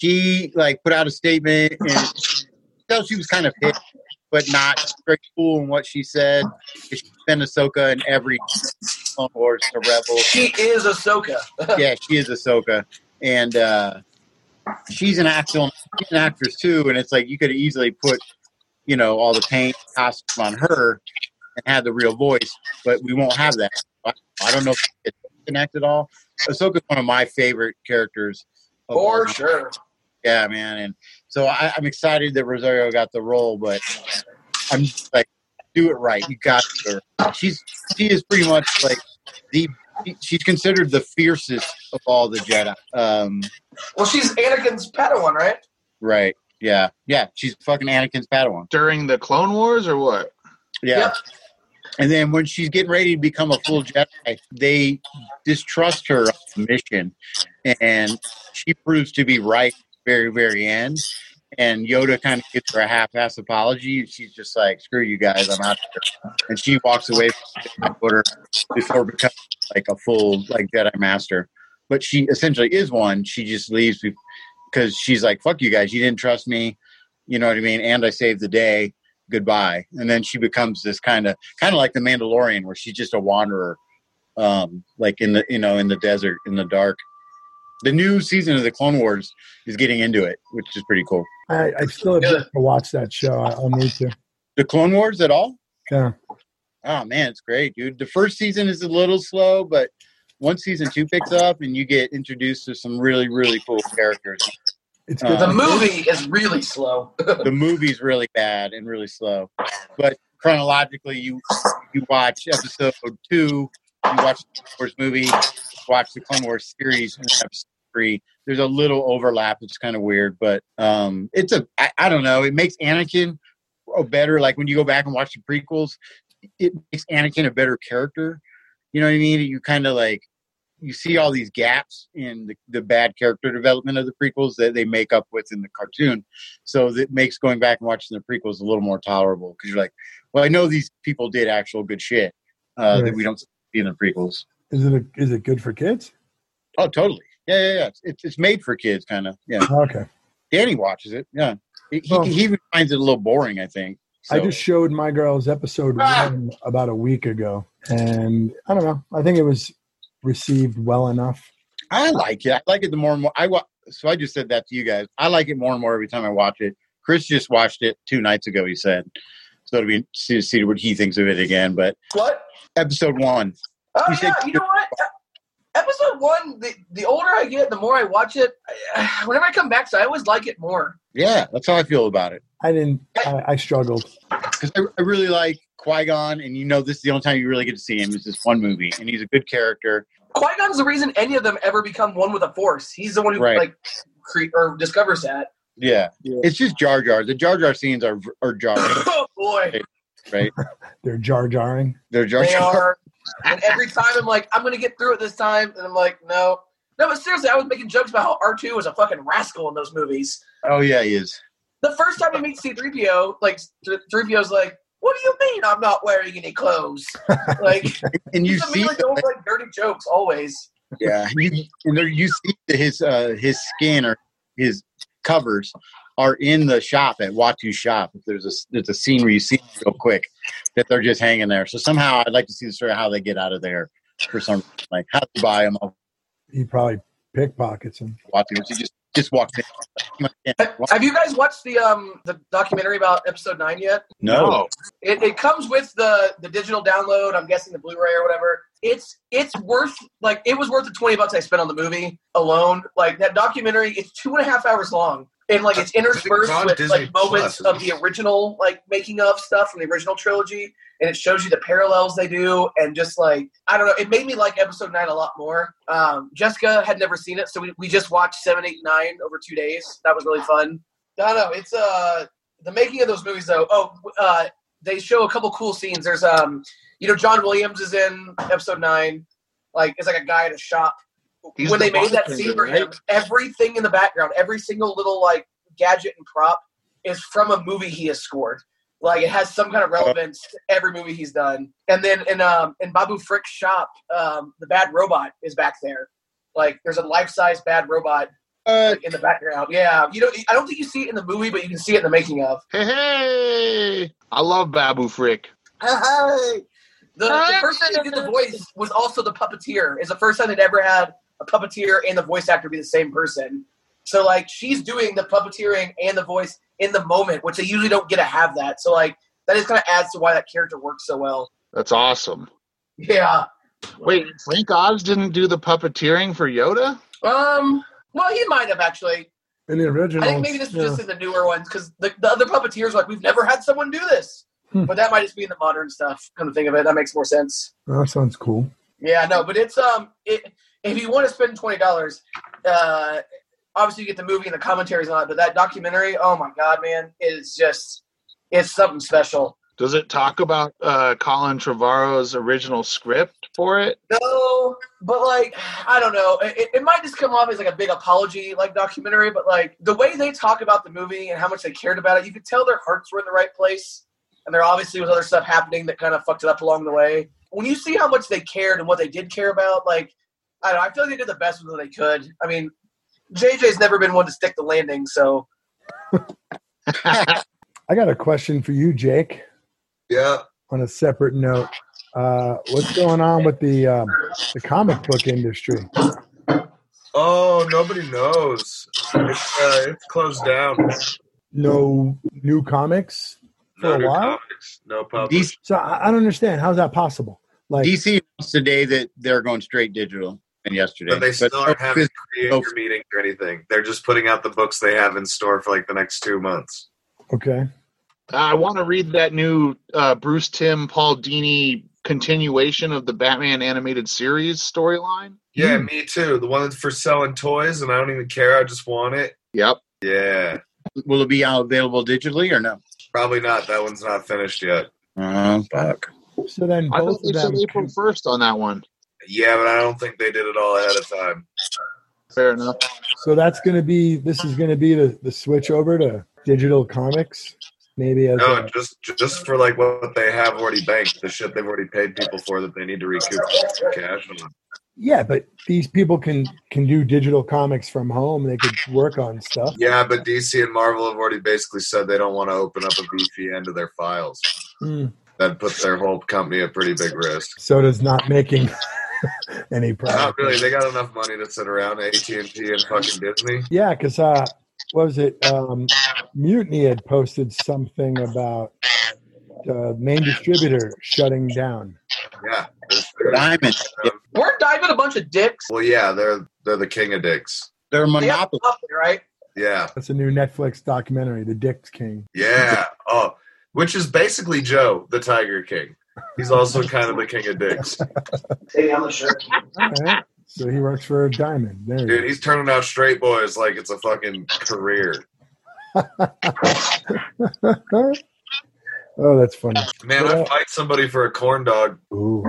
Speaker 4: She like put out a statement and so she was kind of pissed, but not very cool in what she said. She's been Ahsoka in every Clone Wars, the Rebels.
Speaker 5: She is Ahsoka.
Speaker 4: yeah, she is Ahsoka, and uh, she's an actual she's an actress too. And it's like you could easily put, you know, all the paint costume on her and have the real voice, but we won't have that. I, I don't know if it connects at all. Ahsoka's one of my favorite characters. of all
Speaker 5: For
Speaker 4: time.
Speaker 5: sure.
Speaker 4: Yeah, man. And so I, I'm excited that Rosario got the role, but I'm just like, do it right. You got her. She's she is pretty much like the she's considered the fiercest of all the Jedi. Um,
Speaker 5: Well, she's Anakin's Padawan, right?
Speaker 4: right. Yeah, yeah, she's fucking Anakin's Padawan
Speaker 7: during the Clone Wars or what?
Speaker 4: Yeah. And then when she's getting ready to become a full Jedi, they distrust her on the mission, and she proves to be right at the very, very end. And Yoda kind of gives her a half-ass apology. and She's just like, "Screw you guys, I'm out of here." And she walks away from the Jedi order before becoming like a full like Jedi Master. But she essentially is one. She just leaves because she's like, "Fuck you guys, you didn't trust me." You know what I mean? And I saved the day goodbye and then she becomes this kind of kind of like the mandalorian where she's just a wanderer um like in the you know in the desert in the dark the new season of the clone wars is getting into it which is pretty cool
Speaker 6: I, I still have yet to watch that show. I, I'll need to.
Speaker 4: the clone wars at all
Speaker 6: Yeah.
Speaker 4: oh man it's great dude the first season is a little slow but once season two picks up and you get introduced to some really really cool characters
Speaker 6: it's
Speaker 5: good. The movie is really slow.
Speaker 4: the movie's really bad and really slow. But chronologically, you you watch episode two, you watch the Clone Wars movie, watch the Clone Wars series, and then episode three. There's a little overlap. It's kind of weird, but um, it's a I, I don't know. It makes Anakin a better like when you go back and watch the prequels, it makes Anakin a better character. You know what I mean? You kind of like you see all these gaps in the, the bad character development of the prequels that they make up with in the cartoon. So that makes going back and watching the prequels a little more tolerable because you're like, well, I know these people did actual good shit uh, that
Speaker 6: Right.
Speaker 4: we don't see in the prequels.
Speaker 6: Is it a, is it good for kids?
Speaker 4: Oh, totally. Yeah, yeah, yeah. It's, it's, it's made for kids, kind of. Yeah.
Speaker 6: Okay.
Speaker 4: Danny watches it. Yeah. He, he, he even finds it a little boring, I think.
Speaker 6: I
Speaker 4: So-
Speaker 6: just showed my girls episode one about a week ago, and I don't know. I think it was received well enough.
Speaker 4: I like it. I like it the more and more. I wa- so I just said that to you guys. I like it more and more every time I watch it. Chris just watched it two nights ago. He said so. It'll be see, see what he thinks of it again. But
Speaker 5: what
Speaker 4: episode one?
Speaker 5: Oh
Speaker 4: You
Speaker 5: yeah,
Speaker 4: said-
Speaker 5: you know what? Episode one, the, the older I get, the more I watch it. I, whenever I come back, so I always like it more.
Speaker 4: Yeah, that's how I feel about it
Speaker 6: I didn't. I, I struggled.
Speaker 4: because I, I really like Qui Gon, and you know this is the only time you really get to see him is this one movie, and he's a good character.
Speaker 5: Qui Gon's the reason any of them ever become one with the Force. He's the one who
Speaker 4: Right.
Speaker 5: like cre- or discovers that.
Speaker 4: Yeah, it's just Jar Jar. The Jar Jar scenes are are Jar,
Speaker 5: Oh boy,
Speaker 4: right?
Speaker 6: They're jar jarring.
Speaker 4: They're Jar
Speaker 5: they
Speaker 4: Jar.
Speaker 5: are. And every time I'm like, I'm gonna get through it this time, and I'm like, no, no. But seriously, I was making jokes about how R two was a fucking rascal in those movies.
Speaker 4: Oh yeah, he is.
Speaker 5: The first time he meets C3PO, like th- 3PO's like, "What do you mean I'm not wearing any clothes?" Like,
Speaker 4: And you
Speaker 5: he's
Speaker 4: see,
Speaker 5: immediately going like dirty jokes always.
Speaker 4: yeah, you, and there you see that his uh, his skin or his covers are in the shop at Watu's shop. If there's a there's a scene where you see it real quick that they're just hanging there. So somehow I'd like to see the story of how they get out of there for some reason. like how to buy them off
Speaker 6: He probably pickpockets him.
Speaker 4: Watu. She just just walked in.
Speaker 5: Have you guys watched the um the documentary about Episode Nine yet?
Speaker 4: No,
Speaker 5: It, it comes with the the digital download. I'm guessing the Blu-ray or whatever. It's it's worth like it was worth the twenty bucks I spent on the movie alone. Like that documentary, it's two and a half hours long, and like it's interspersed
Speaker 13: on
Speaker 5: with
Speaker 13: Disney
Speaker 5: like moments
Speaker 13: Plus,
Speaker 5: of the original like making of stuff from the original trilogy, and it shows you the parallels they do, and just like I don't know, it made me like Episode Nine a lot more. Um, Jessica had never seen it, so we, we just watched seven, eight, nine over two days. That was really fun. No, no, it's uh the making of those movies though. Oh, uh, they show a couple cool scenes. There's um, you know, John Williams is in episode nine. Like, it's like a guy at a shop.
Speaker 7: He's
Speaker 5: when
Speaker 7: the
Speaker 5: they made that
Speaker 7: bartender,
Speaker 5: scene for him,
Speaker 7: right?
Speaker 5: everything in the background, every single little like gadget and prop is from a movie he has scored. Like, it has some kind of relevance to every movie he's done. And then in um in Babu Frick's shop, um, the bad robot is back there. Like, there's a life size bad robot.
Speaker 4: Uh,
Speaker 5: in the background, yeah. You know, I don't think you see it in the movie, but you can see it in the making of.
Speaker 7: Hey, hey! I love Babu Frick.
Speaker 5: Hi. The, the person that did the voice was also the puppeteer. It's the first time they'd ever had a puppeteer and the voice actor be the same person. So like she's doing the puppeteering and the voice in the moment, which they usually don't get to have that. So like that just kind of adds to why that character works so well.
Speaker 7: That's awesome.
Speaker 5: Yeah.
Speaker 7: Wait, Frank Oz didn't do the puppeteering for Yoda?
Speaker 5: Um. Well, he might have actually.
Speaker 6: In the original,
Speaker 5: I think maybe this is just in the newer ones because the, the other puppeteers were like we've never had someone do this. But that might just be in the modern stuff. Come to think of it, that makes more sense.
Speaker 6: Oh, that sounds cool.
Speaker 5: Yeah, no, but it's um, it, if you want to spend twenty dollars, uh, obviously you get the movie and the commentaries on it, but that documentary, oh my god, man, it is just it's something special.
Speaker 7: Does it talk about uh, Colin Trevorrow's original script for it?
Speaker 5: No, but like I don't know. It, it might just come off as like a big apology like documentary, but like the way they talk about the movie and how much they cared about it, you could tell their hearts were in the right place, and there obviously was other stuff happening that kind of fucked it up along the way. When you see how much they cared and what they did care about, like I don't know, I feel like they did the best that they could. I mean, JJ's never been one to stick the landing, so
Speaker 6: I got a question for you, Jake.
Speaker 9: Yeah.
Speaker 6: On a separate note, uh, what's going on with the um, the comic book industry?
Speaker 9: Oh, nobody knows. It's, uh, it's closed down.
Speaker 6: No new comics for
Speaker 9: No
Speaker 6: a
Speaker 9: new
Speaker 6: while.
Speaker 9: comics. No public.
Speaker 6: So I, I don't understand. How's that possible? Like
Speaker 4: DC announced today that they're going straight digital, and yesterday,
Speaker 9: But they still aren't having
Speaker 4: no-
Speaker 9: creator meetings or anything. They're just putting out the books they have in store for like the next two months.
Speaker 6: Okay.
Speaker 7: I want to read that new uh, Bruce Tim Paul Dini continuation of the Batman animated series storyline.
Speaker 9: Yeah,
Speaker 6: Hmm.
Speaker 9: me too. The one for selling toys, and I don't even care. I just want it.
Speaker 7: Yep.
Speaker 9: Yeah.
Speaker 4: Will it be out available digitally or no?
Speaker 9: Probably not. That one's not finished yet. Uh,
Speaker 4: Oh, fuck.
Speaker 6: So then
Speaker 7: I
Speaker 6: both
Speaker 7: thought they
Speaker 6: of
Speaker 7: said
Speaker 6: them.
Speaker 7: April first on that one.
Speaker 9: Yeah, but I don't think they did it all ahead of time.
Speaker 7: Fair enough.
Speaker 6: So that's going to be. This is going to be the, the switch over to digital comics. Maybe as
Speaker 9: No,
Speaker 6: a,
Speaker 9: just just for like what they have already banked, the shit they've already paid people for that they need to recoup some cash on.
Speaker 6: yeah, but these people can can do digital comics from home. They could work on stuff.
Speaker 9: Yeah, but DC and Marvel have already basically said they don't want to open up a VPN to their files.
Speaker 6: Hmm.
Speaker 9: That puts their whole company at pretty big risk.
Speaker 6: So does not making any
Speaker 9: Not
Speaker 6: product.
Speaker 9: really. They got enough money to sit around AT and T and fucking Disney.
Speaker 6: Yeah, because uh, what was it? Um, Mutiny had posted something about the main distributor shutting down.
Speaker 9: Yeah. there's-
Speaker 4: Diamond.
Speaker 5: weren't Diamond a bunch of dicks?
Speaker 9: Well, yeah, they're they're the king of dicks.
Speaker 4: They're a
Speaker 5: They have
Speaker 4: monopoly.
Speaker 5: nothing, right?
Speaker 9: Yeah,
Speaker 6: That's a new Netflix documentary, The Dick King.
Speaker 9: yeah. Oh, which is basically Joe, the Tiger King. He's also kind of the king of dicks.
Speaker 5: They have a shirt.
Speaker 6: All right. So he works for Diamond. There
Speaker 9: Dude,
Speaker 6: you
Speaker 9: he's turning out straight boys like it's a fucking career.
Speaker 6: go. oh, that's funny.
Speaker 9: Man, I'd fight somebody for a corn dog.
Speaker 6: Ooh,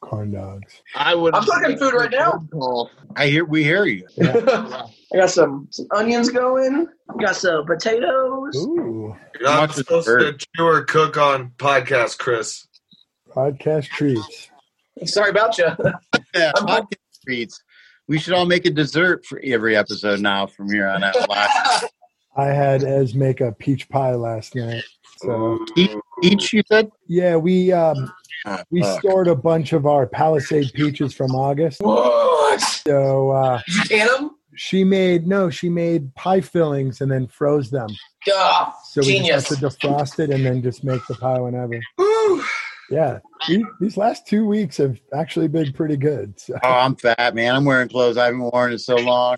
Speaker 6: corn dogs.
Speaker 7: I would.
Speaker 5: I'm cooking food right now.
Speaker 7: Call.
Speaker 4: I hear we hear you.
Speaker 5: I got some, some onions going. Got some potatoes.
Speaker 6: Ooh,
Speaker 9: You're not
Speaker 4: Much
Speaker 9: supposed to
Speaker 4: preferred.
Speaker 9: chew or cook on podcast, Chris.
Speaker 6: podcast treats.
Speaker 5: Sorry about you.
Speaker 4: Yeah,
Speaker 5: I'm-
Speaker 4: podcast treats. We should all make a dessert for every episode now from here on out.
Speaker 6: I had Ez make a peach pie last night. So
Speaker 9: Ooh.
Speaker 4: Each, each you said?
Speaker 6: yeah, we um,
Speaker 4: Ah,
Speaker 6: we
Speaker 7: Uh,
Speaker 4: fuck.
Speaker 6: stored a bunch of our Palisade peaches from August.
Speaker 5: what?
Speaker 6: So uh,
Speaker 5: You can 'em?
Speaker 6: she made no, she made pie fillings and then froze them.
Speaker 5: Gah,
Speaker 6: So we
Speaker 5: genius.
Speaker 6: just have to defrost it and then just make the pie whenever.
Speaker 9: Woo.
Speaker 6: Yeah, we, these last two weeks have actually been pretty good. So.
Speaker 4: Oh, I'm fat, man. I'm wearing clothes I haven't worn in so long.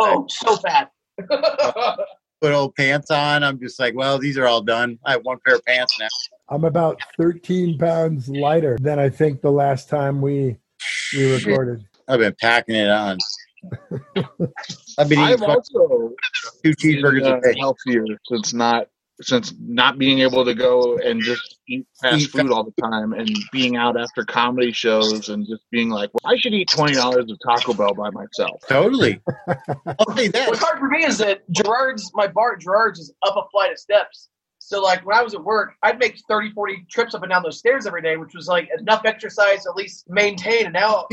Speaker 5: Oh, so fat.
Speaker 4: Put old pants on. I'm just like, well, these are all done. I have one pair of pants now.
Speaker 6: I'm about 13 pounds lighter than I think the last time we we recorded.
Speaker 4: I've been packing it on. I've been eating
Speaker 7: I've
Speaker 4: fucking
Speaker 7: also
Speaker 4: two
Speaker 7: been
Speaker 4: cheeseburgers
Speaker 7: uh,
Speaker 4: a day.
Speaker 7: healthier since not since not being able to go and just eat fast
Speaker 4: Eat
Speaker 7: food all the time and being out after comedy shows and just being like, well, I should eat twenty dollars of Taco Bell by myself.
Speaker 4: Totally. I'll say that.
Speaker 5: What's hard for me is that Gerard's, my bar at Gerard's is up a flight of steps. So, like, when I was at work, I'd make 30, 40 trips up and down those stairs every day, which was like enough exercise to at least maintain. And now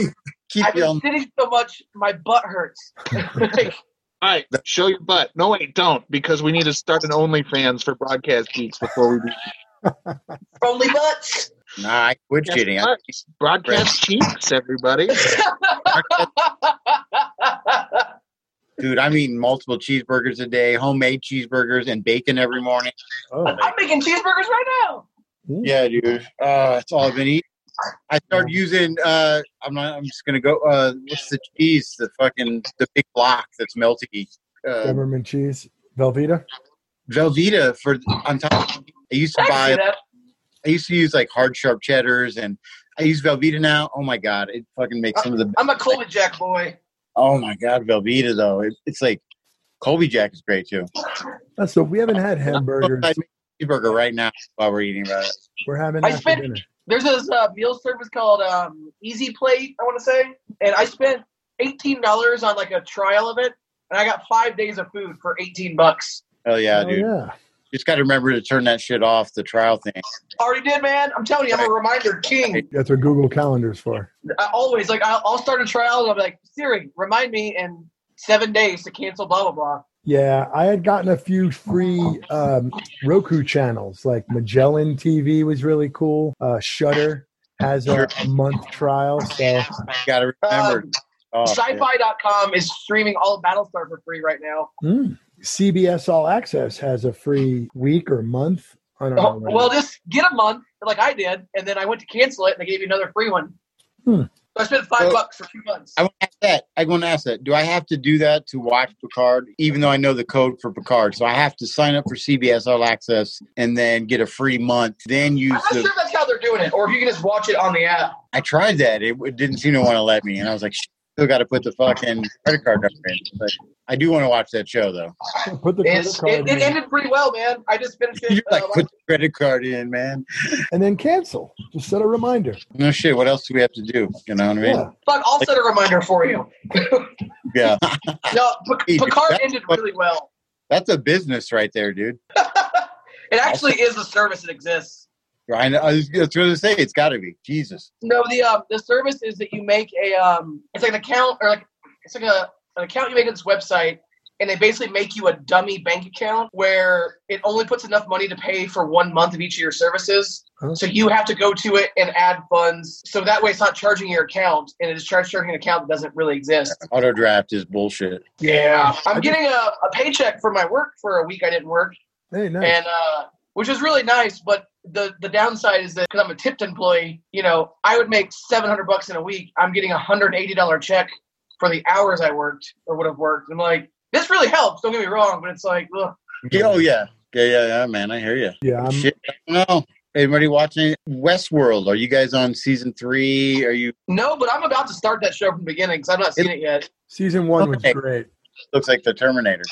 Speaker 4: Keep
Speaker 5: I've
Speaker 4: you
Speaker 5: been
Speaker 4: on.
Speaker 5: sitting so much, my butt hurts. like,
Speaker 7: All right, show your butt. No, wait, don't, because we need to start an OnlyFans for broadcast geeks before we do.
Speaker 5: only butts.
Speaker 4: Nah, I quit cheating. I,
Speaker 7: Geeks. Broadcast cheeks, everybody.
Speaker 4: dude, I'm eating multiple cheeseburgers a day, homemade cheeseburgers and bacon every morning.
Speaker 6: Oh,
Speaker 5: I'm making cheeseburgers right now.
Speaker 4: Yeah, dude. Uh, that's all I've been eating. I started using. Uh, I'm not. I'm just gonna go. Uh, what's the cheese? The fucking the big block that's melty. Uh,
Speaker 6: peppermint cheese, Velveeta.
Speaker 4: Velveeta for on top. I used to
Speaker 5: I can see
Speaker 4: buy.
Speaker 5: that.
Speaker 4: I used to use like hard sharp cheddars, and I use Velveeta now. Oh my god, it fucking makes some of the.
Speaker 5: I'm a Colby Jack boy.
Speaker 4: Oh my god, Velveeta though. It, it's like Colby Jack is great too.
Speaker 6: That's so we haven't had hamburgers.
Speaker 4: I'd make a cheeseburger right now while we're eating about it.
Speaker 6: We're having
Speaker 5: I
Speaker 6: after
Speaker 5: spent-
Speaker 6: dinner.
Speaker 5: There's this uh, meal service called um, Easy Plate, I want to say, and I spent eighteen dollars on like a trial of it, and I got five days of food for eighteen bucks.
Speaker 4: Hell yeah,
Speaker 6: Oh,
Speaker 4: dude.
Speaker 6: yeah.
Speaker 4: Just got to remember to turn that shit off. The trial thing.
Speaker 5: Already did, man. I'm telling you, I'm a reminder king.
Speaker 6: That's what Google Calendar's for.
Speaker 5: I always like I'll, I'll start a trial, and I'm like Siri, remind me in seven days to cancel blah blah blah.
Speaker 6: Yeah, I had gotten a few free um, Roku channels, like Magellan TV was really cool. Uh, Shutter has a, a month trial, so
Speaker 4: Got to remember.
Speaker 5: Um,
Speaker 4: Oh, yeah.
Speaker 5: Sci-fi.com is streaming all of Battlestar for free right now.
Speaker 6: Mm. CBS All Access has a free week or month. I don't know.
Speaker 5: Oh,
Speaker 6: when
Speaker 5: well, just get a month like I did, and then I went to cancel it, and they gave me another free one.
Speaker 6: Hmm.
Speaker 5: So I spent five
Speaker 4: Well-
Speaker 5: bucks for two months.
Speaker 4: I want to ask that. I want to ask that. Do I have to do that to watch Picard, even though I know the code for Picard? So I have to sign up for CBS All Access and then get a free month. Then
Speaker 5: I'm
Speaker 4: use
Speaker 5: not sure
Speaker 4: the.
Speaker 5: if that's how they're doing it, or if you can just watch it on the app.
Speaker 4: I tried that. It, it didn't seem to want to let me, and I was like, "Shit, "Still got to put the fucking credit card number in." But I do want to watch that show though.
Speaker 6: Put the credit
Speaker 5: It's,
Speaker 6: card
Speaker 5: it, it
Speaker 6: in
Speaker 5: ended pretty well, man. I just finished
Speaker 4: You're
Speaker 5: it.
Speaker 4: like,
Speaker 5: uh,
Speaker 4: put the credit card in, man.
Speaker 6: and then cancel. Just set a reminder.
Speaker 4: No shit. What else do we have to do? You know what I mean?
Speaker 6: Yeah.
Speaker 5: fuck, I'll set a reminder for you.
Speaker 4: Yeah.
Speaker 5: No, P-
Speaker 4: Hey, dude,
Speaker 5: Picard
Speaker 4: that's
Speaker 5: ended
Speaker 4: what-
Speaker 5: really well.
Speaker 4: That's a business right there, dude.
Speaker 5: It actually is a service that exists.
Speaker 4: I, know, I was going to say it's got to be Jesus.
Speaker 5: No, the um, the service is that you make a um, it's like an account or like it's like a an account you make on this website, and they basically make you a dummy bank account where it only puts enough money to pay for one month of each of your services.
Speaker 6: Huh?
Speaker 5: So you have to go to it and add funds, so that way it's not charging your account, and it's charging an account that doesn't really exist.
Speaker 4: Auto draft is bullshit.
Speaker 5: Yeah, I'm getting a, a paycheck for my work for a week I didn't work,
Speaker 6: Hey, nice.
Speaker 5: and uh, which is really nice. But the the downside is that because I'm a tipped employee, you know, I would make 700 bucks in a week. I'm getting a hundred eighty dollar check for the hours I worked or would have worked. I'm like, this really helps. Don't get me wrong, but it's like, ugh.
Speaker 4: Yeah, oh yeah, yeah, yeah, yeah, man. I hear you.
Speaker 6: yeah, I'm,
Speaker 4: Shit, I don't know. Anybody watching Westworld? Are you guys on season three? Are you?
Speaker 5: no. But I'm about to start that show from the beginning because I've not seen it yet.
Speaker 6: season one was
Speaker 4: Okay.
Speaker 6: great.
Speaker 4: Looks like the Terminator.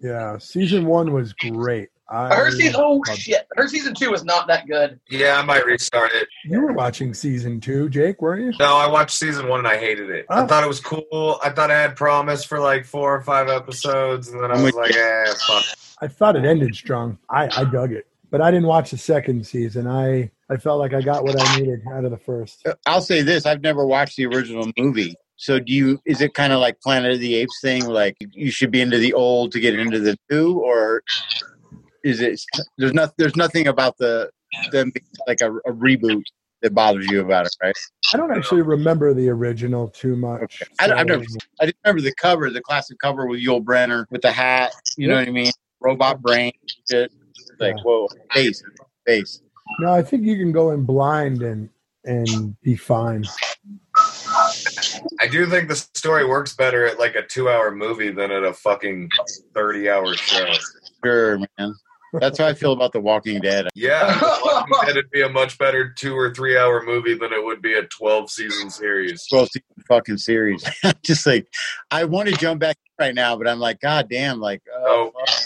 Speaker 6: Yeah, season one was great. I,
Speaker 5: I heard season oh
Speaker 6: loved it.
Speaker 5: shit, I heard season two was not that good.
Speaker 9: Yeah, I might restart it.
Speaker 6: You were watching season two, Jake, weren't you?
Speaker 9: No, I watched season one and I hated it.
Speaker 6: Oh.
Speaker 9: I thought it was cool. I thought I had promise for like four or five episodes, and then I
Speaker 4: I'm
Speaker 9: was
Speaker 4: with
Speaker 9: like, eh, fuck.
Speaker 6: I thought it ended strong. I, I dug it, but I didn't watch the second season. I I felt like I got what I needed out of the first.
Speaker 4: I'll say this: I've never watched the original movie. So, do you? Is it kind of like Planet of the Apes thing? Like you should be into the old to get into the new, or is it? There's not. There's nothing about the them being like a, a reboot that bothers you about it, right?
Speaker 6: I don't actually remember the original too much.
Speaker 4: I, I've never.
Speaker 6: so-
Speaker 4: I just remember the cover, the classic cover with Yul Brenner with the hat. You know what I mean? Robot brain. Shit. Like
Speaker 6: Yeah.
Speaker 4: whoa, face, face.
Speaker 6: No, I think you can go in blind and and be fine.
Speaker 9: I do think the story works better at like a two-hour movie than at a fucking thirty-hour show.
Speaker 4: Sure, man. That's how I feel about The Walking Dead.
Speaker 9: Yeah, it'd be a much better two or three-hour movie than it would be a twelve-season series.
Speaker 4: Twelve season fucking series. just like I want to jump back in right now, but I'm like, God damn, like oh,
Speaker 9: No.
Speaker 4: fuck.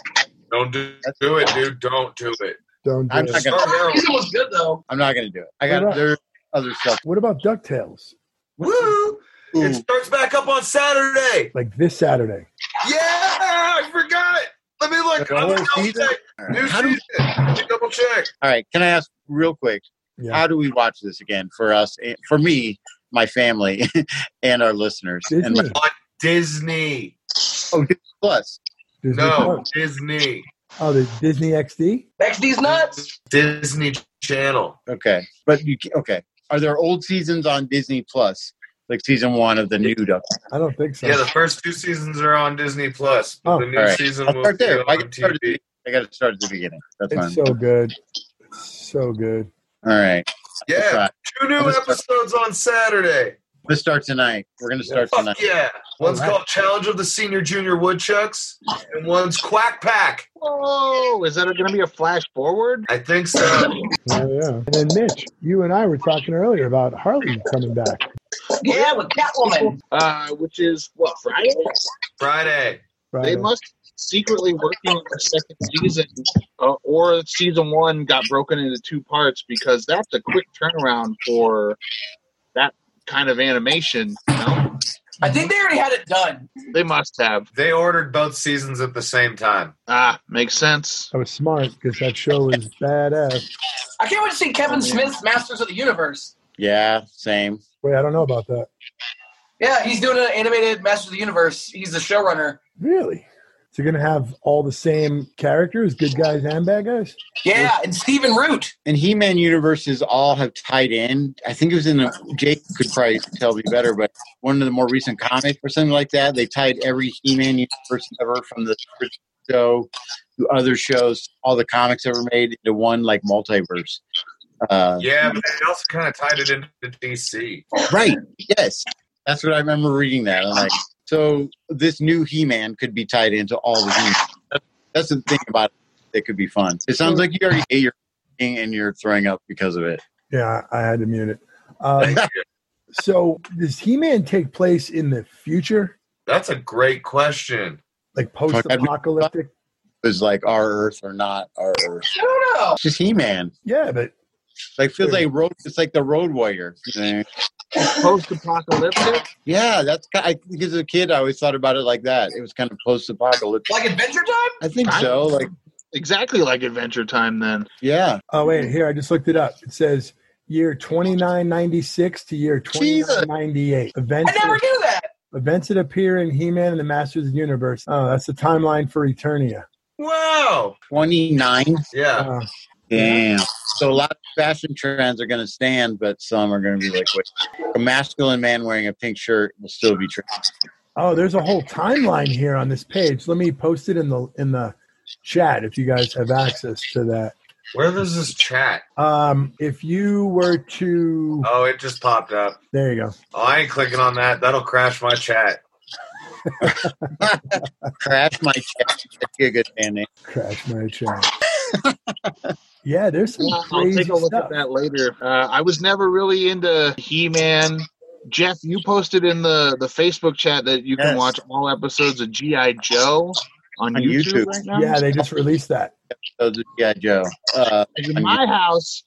Speaker 9: Don't do, do it, dude. Don't do it.
Speaker 6: Don't. Do
Speaker 4: I'm
Speaker 6: it.
Speaker 4: not gonna
Speaker 5: The first season was good though.
Speaker 4: I'm not gonna do it. I
Speaker 6: What
Speaker 4: got
Speaker 6: about-
Speaker 4: there's other stuff.
Speaker 6: What about Ducktales?
Speaker 9: Woo! It
Speaker 4: Ooh,
Speaker 9: starts back up on Saturday.
Speaker 6: Like this Saturday?
Speaker 9: Yeah, I forgot. Let me look.
Speaker 4: The whole
Speaker 9: I'll double
Speaker 4: season?
Speaker 9: check.
Speaker 4: all
Speaker 9: New
Speaker 4: right. How do
Speaker 9: season.
Speaker 4: we-
Speaker 9: Let me double check.
Speaker 4: all right, can I ask real quick,
Speaker 6: Yeah.
Speaker 4: how do we watch this again for us eh, for me, my family, and our listeners? And
Speaker 6: Disney.
Speaker 4: my,
Speaker 9: Disney.
Speaker 4: oh, Disney plus.
Speaker 6: Disney
Speaker 9: No,
Speaker 6: Plus.
Speaker 9: Disney.
Speaker 6: Oh, the Disney XD.
Speaker 5: XD's nuts.
Speaker 9: Disney Channel.
Speaker 4: Okay, but you ca- okay? Are there old seasons on Disney Plus, like season one of the new Duck?
Speaker 6: I don't think so.
Speaker 9: Yeah, the first two seasons are on Disney Plus, but
Speaker 6: Oh,
Speaker 9: the new
Speaker 4: all right.
Speaker 9: season
Speaker 4: I'll
Speaker 9: will
Speaker 4: start
Speaker 9: be
Speaker 4: there. I
Speaker 9: on
Speaker 4: can start at
Speaker 9: TV.
Speaker 4: the- I got to start at the beginning. That's
Speaker 6: it's
Speaker 4: fine.
Speaker 6: so good. So good.
Speaker 4: All right. Let's
Speaker 9: Yeah,
Speaker 4: try.
Speaker 9: two new
Speaker 4: Let's start.
Speaker 9: episodes on Saturday.
Speaker 4: Let's start tonight. We're gonna start
Speaker 9: Fuck
Speaker 4: tonight.
Speaker 9: yeah! One's
Speaker 6: All right.
Speaker 9: called Challenge of the Senior Junior Woodchucks, and one's Quack Pack.
Speaker 7: Whoa! Is that going to be a flash forward?
Speaker 9: I think so.
Speaker 6: Oh yeah. And then Mitch, you and I were talking earlier about Harley coming back.
Speaker 5: Yeah, with Catwoman.
Speaker 7: Uh, which is what Friday?
Speaker 9: Friday.
Speaker 7: They must secretly working on the second season, uh, or season one got broken into two parts because that's a quick turnaround for that kind of animation. No,
Speaker 5: I think they already had it done.
Speaker 7: They must have.
Speaker 9: They ordered both seasons at the same time.
Speaker 7: Ah, makes sense.
Speaker 6: I was smart because that show was badass.
Speaker 5: I can't wait to see
Speaker 6: Oh,
Speaker 5: Kevin Smith's Masters of the Universe.
Speaker 4: Yeah, same.
Speaker 6: Wait, I don't know about that.
Speaker 5: Yeah, he's doing an animated Masters of the Universe. He's the showrunner.
Speaker 6: Really? So you're gonna have all the same characters, good guys and bad guys?
Speaker 5: Yeah, and Steven Root.
Speaker 4: And He Man universes all have tied in. I think it was in a, Jake could probably tell me better, but one of the more recent comics or something like that, they tied every He Man universe ever from the first show to other shows, all the comics ever made into one like multiverse. Uh,
Speaker 9: Yeah, but they also kind of tied it into DC.
Speaker 4: Right. Yes. That's what I remember reading that. I'm like, so this new He Man could be tied into all the He Man. That's the thing about it. It could be fun. It sounds like you already ate your thing and you're throwing up because of it.
Speaker 6: Yeah, I I had to mute it. Um, so does He Man take place in the future?
Speaker 9: That's a great question.
Speaker 6: Like post apocalyptic?
Speaker 4: It was like our Earth or not our Earth.
Speaker 5: I don't know.
Speaker 4: It's just He Man.
Speaker 6: Yeah, but
Speaker 4: Like feels like road it's like the road warrior. you know?
Speaker 7: Post apocalyptic.
Speaker 4: Yeah, that's ki- I think as a kid I always thought about it like that. It was kind of post apocalyptic.
Speaker 5: Like Adventure Time?
Speaker 4: I think so. Like
Speaker 7: exactly like Adventure Time. Then
Speaker 4: yeah.
Speaker 6: Oh wait, here I just looked it up. It says year twenty nine ninety six to year twenty nine ninety eight. Events
Speaker 5: I never
Speaker 6: that,
Speaker 5: knew that.
Speaker 6: events that appear in He Man and the Masters of the Universe. Oh, that's the timeline for Eternia.
Speaker 9: Wow.
Speaker 4: Twenty nine.
Speaker 9: Yeah.
Speaker 6: Uh,
Speaker 4: Damn. So a lot of fashion trends are going to stand, but some are going to be like, wait, a masculine man wearing a pink shirt will still be trans.
Speaker 6: oh, there's a whole timeline here on this page. Let me post it in the in the chat if you guys have access to that.
Speaker 9: Where does this chat?
Speaker 6: Um, if you were to,
Speaker 9: Oh, it just popped up.
Speaker 6: there you go.
Speaker 9: Oh, I ain't clicking on that. That'll crash my chat.
Speaker 4: Crash my chat. That'd be a good band name.
Speaker 6: Crash my chat. yeah, there's some
Speaker 7: Yeah, I'll
Speaker 6: crazy
Speaker 7: take a look
Speaker 6: stuff.
Speaker 7: at that later. Uh, I was never really into He Man. Jeff, you posted in the the Facebook chat that you can
Speaker 4: Yes.
Speaker 7: watch all episodes of GI Joe on,
Speaker 4: On
Speaker 7: YouTube,
Speaker 4: YouTube.
Speaker 7: right now.
Speaker 6: Yeah, they just released that.
Speaker 4: Those are G.I. Joe. Uh,
Speaker 7: Because
Speaker 4: on
Speaker 7: in my
Speaker 4: YouTube.
Speaker 7: house,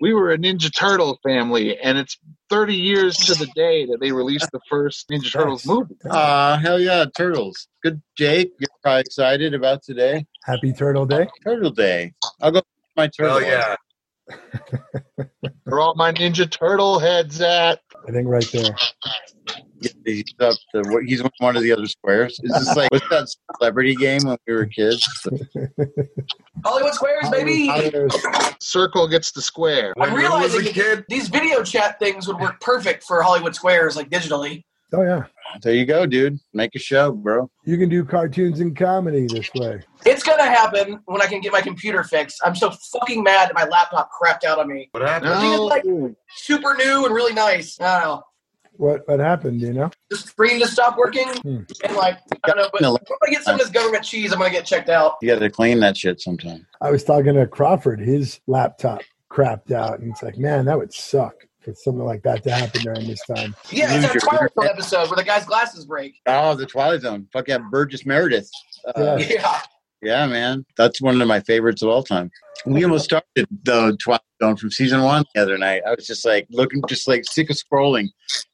Speaker 7: we were a Ninja Turtle family, and it's 30 years to the day that they released the first Ninja Turtles
Speaker 6: Nice.
Speaker 7: movie.
Speaker 4: Uh, hell yeah, turtles. Good, Jake. You're probably excited about today.
Speaker 6: Happy Turtle Day.
Speaker 4: Turtle Day. I'll go get my turtle.
Speaker 9: Hell yeah.
Speaker 7: Where all my Ninja Turtle heads at?
Speaker 6: I think right there.
Speaker 4: Yeah, He's up to what he's on one of the other squares. Is this like what's that celebrity game when we were kids?
Speaker 5: Hollywood Squares, baby.
Speaker 7: Circle gets the square.
Speaker 9: When
Speaker 5: I'm
Speaker 9: Lou was
Speaker 5: realizing
Speaker 9: a kid,
Speaker 5: that these video chat things would work perfect for Hollywood Squares, like digitally.
Speaker 6: Oh yeah,
Speaker 4: There you go, dude. Make a show, bro.
Speaker 6: you can do cartoons and comedy this way.
Speaker 5: It's gonna happen when I can get my computer fixed. I'm so fucking mad that my laptop crapped out on me.
Speaker 9: what happened?
Speaker 5: I think it's like
Speaker 7: No.
Speaker 5: super new and really nice. I don't know.
Speaker 6: What what happened? You know?
Speaker 5: The screen just stopped working,
Speaker 6: Hmm.
Speaker 5: and like I don't know. But if I get some of this government cheese, I'm gonna get checked out.
Speaker 4: You got to clean that shit sometime.
Speaker 6: I was talking to Crawford. His laptop crapped out, and it's like, man, that would suck for something like that to happen during this time.
Speaker 5: Yeah, it's
Speaker 4: Lose
Speaker 5: that
Speaker 4: your
Speaker 5: Twilight Zone
Speaker 4: internet.
Speaker 5: episode where the guy's glasses break.
Speaker 4: Oh, the Twilight Zone. Fuck yeah, Burgess Meredith. Uh,
Speaker 6: Yeah.
Speaker 5: Yeah,
Speaker 4: yeah, man. That's one of my favorites of all time. We almost started the Twilight Zone from season one the other night. I was just like looking, just like sick of scrolling.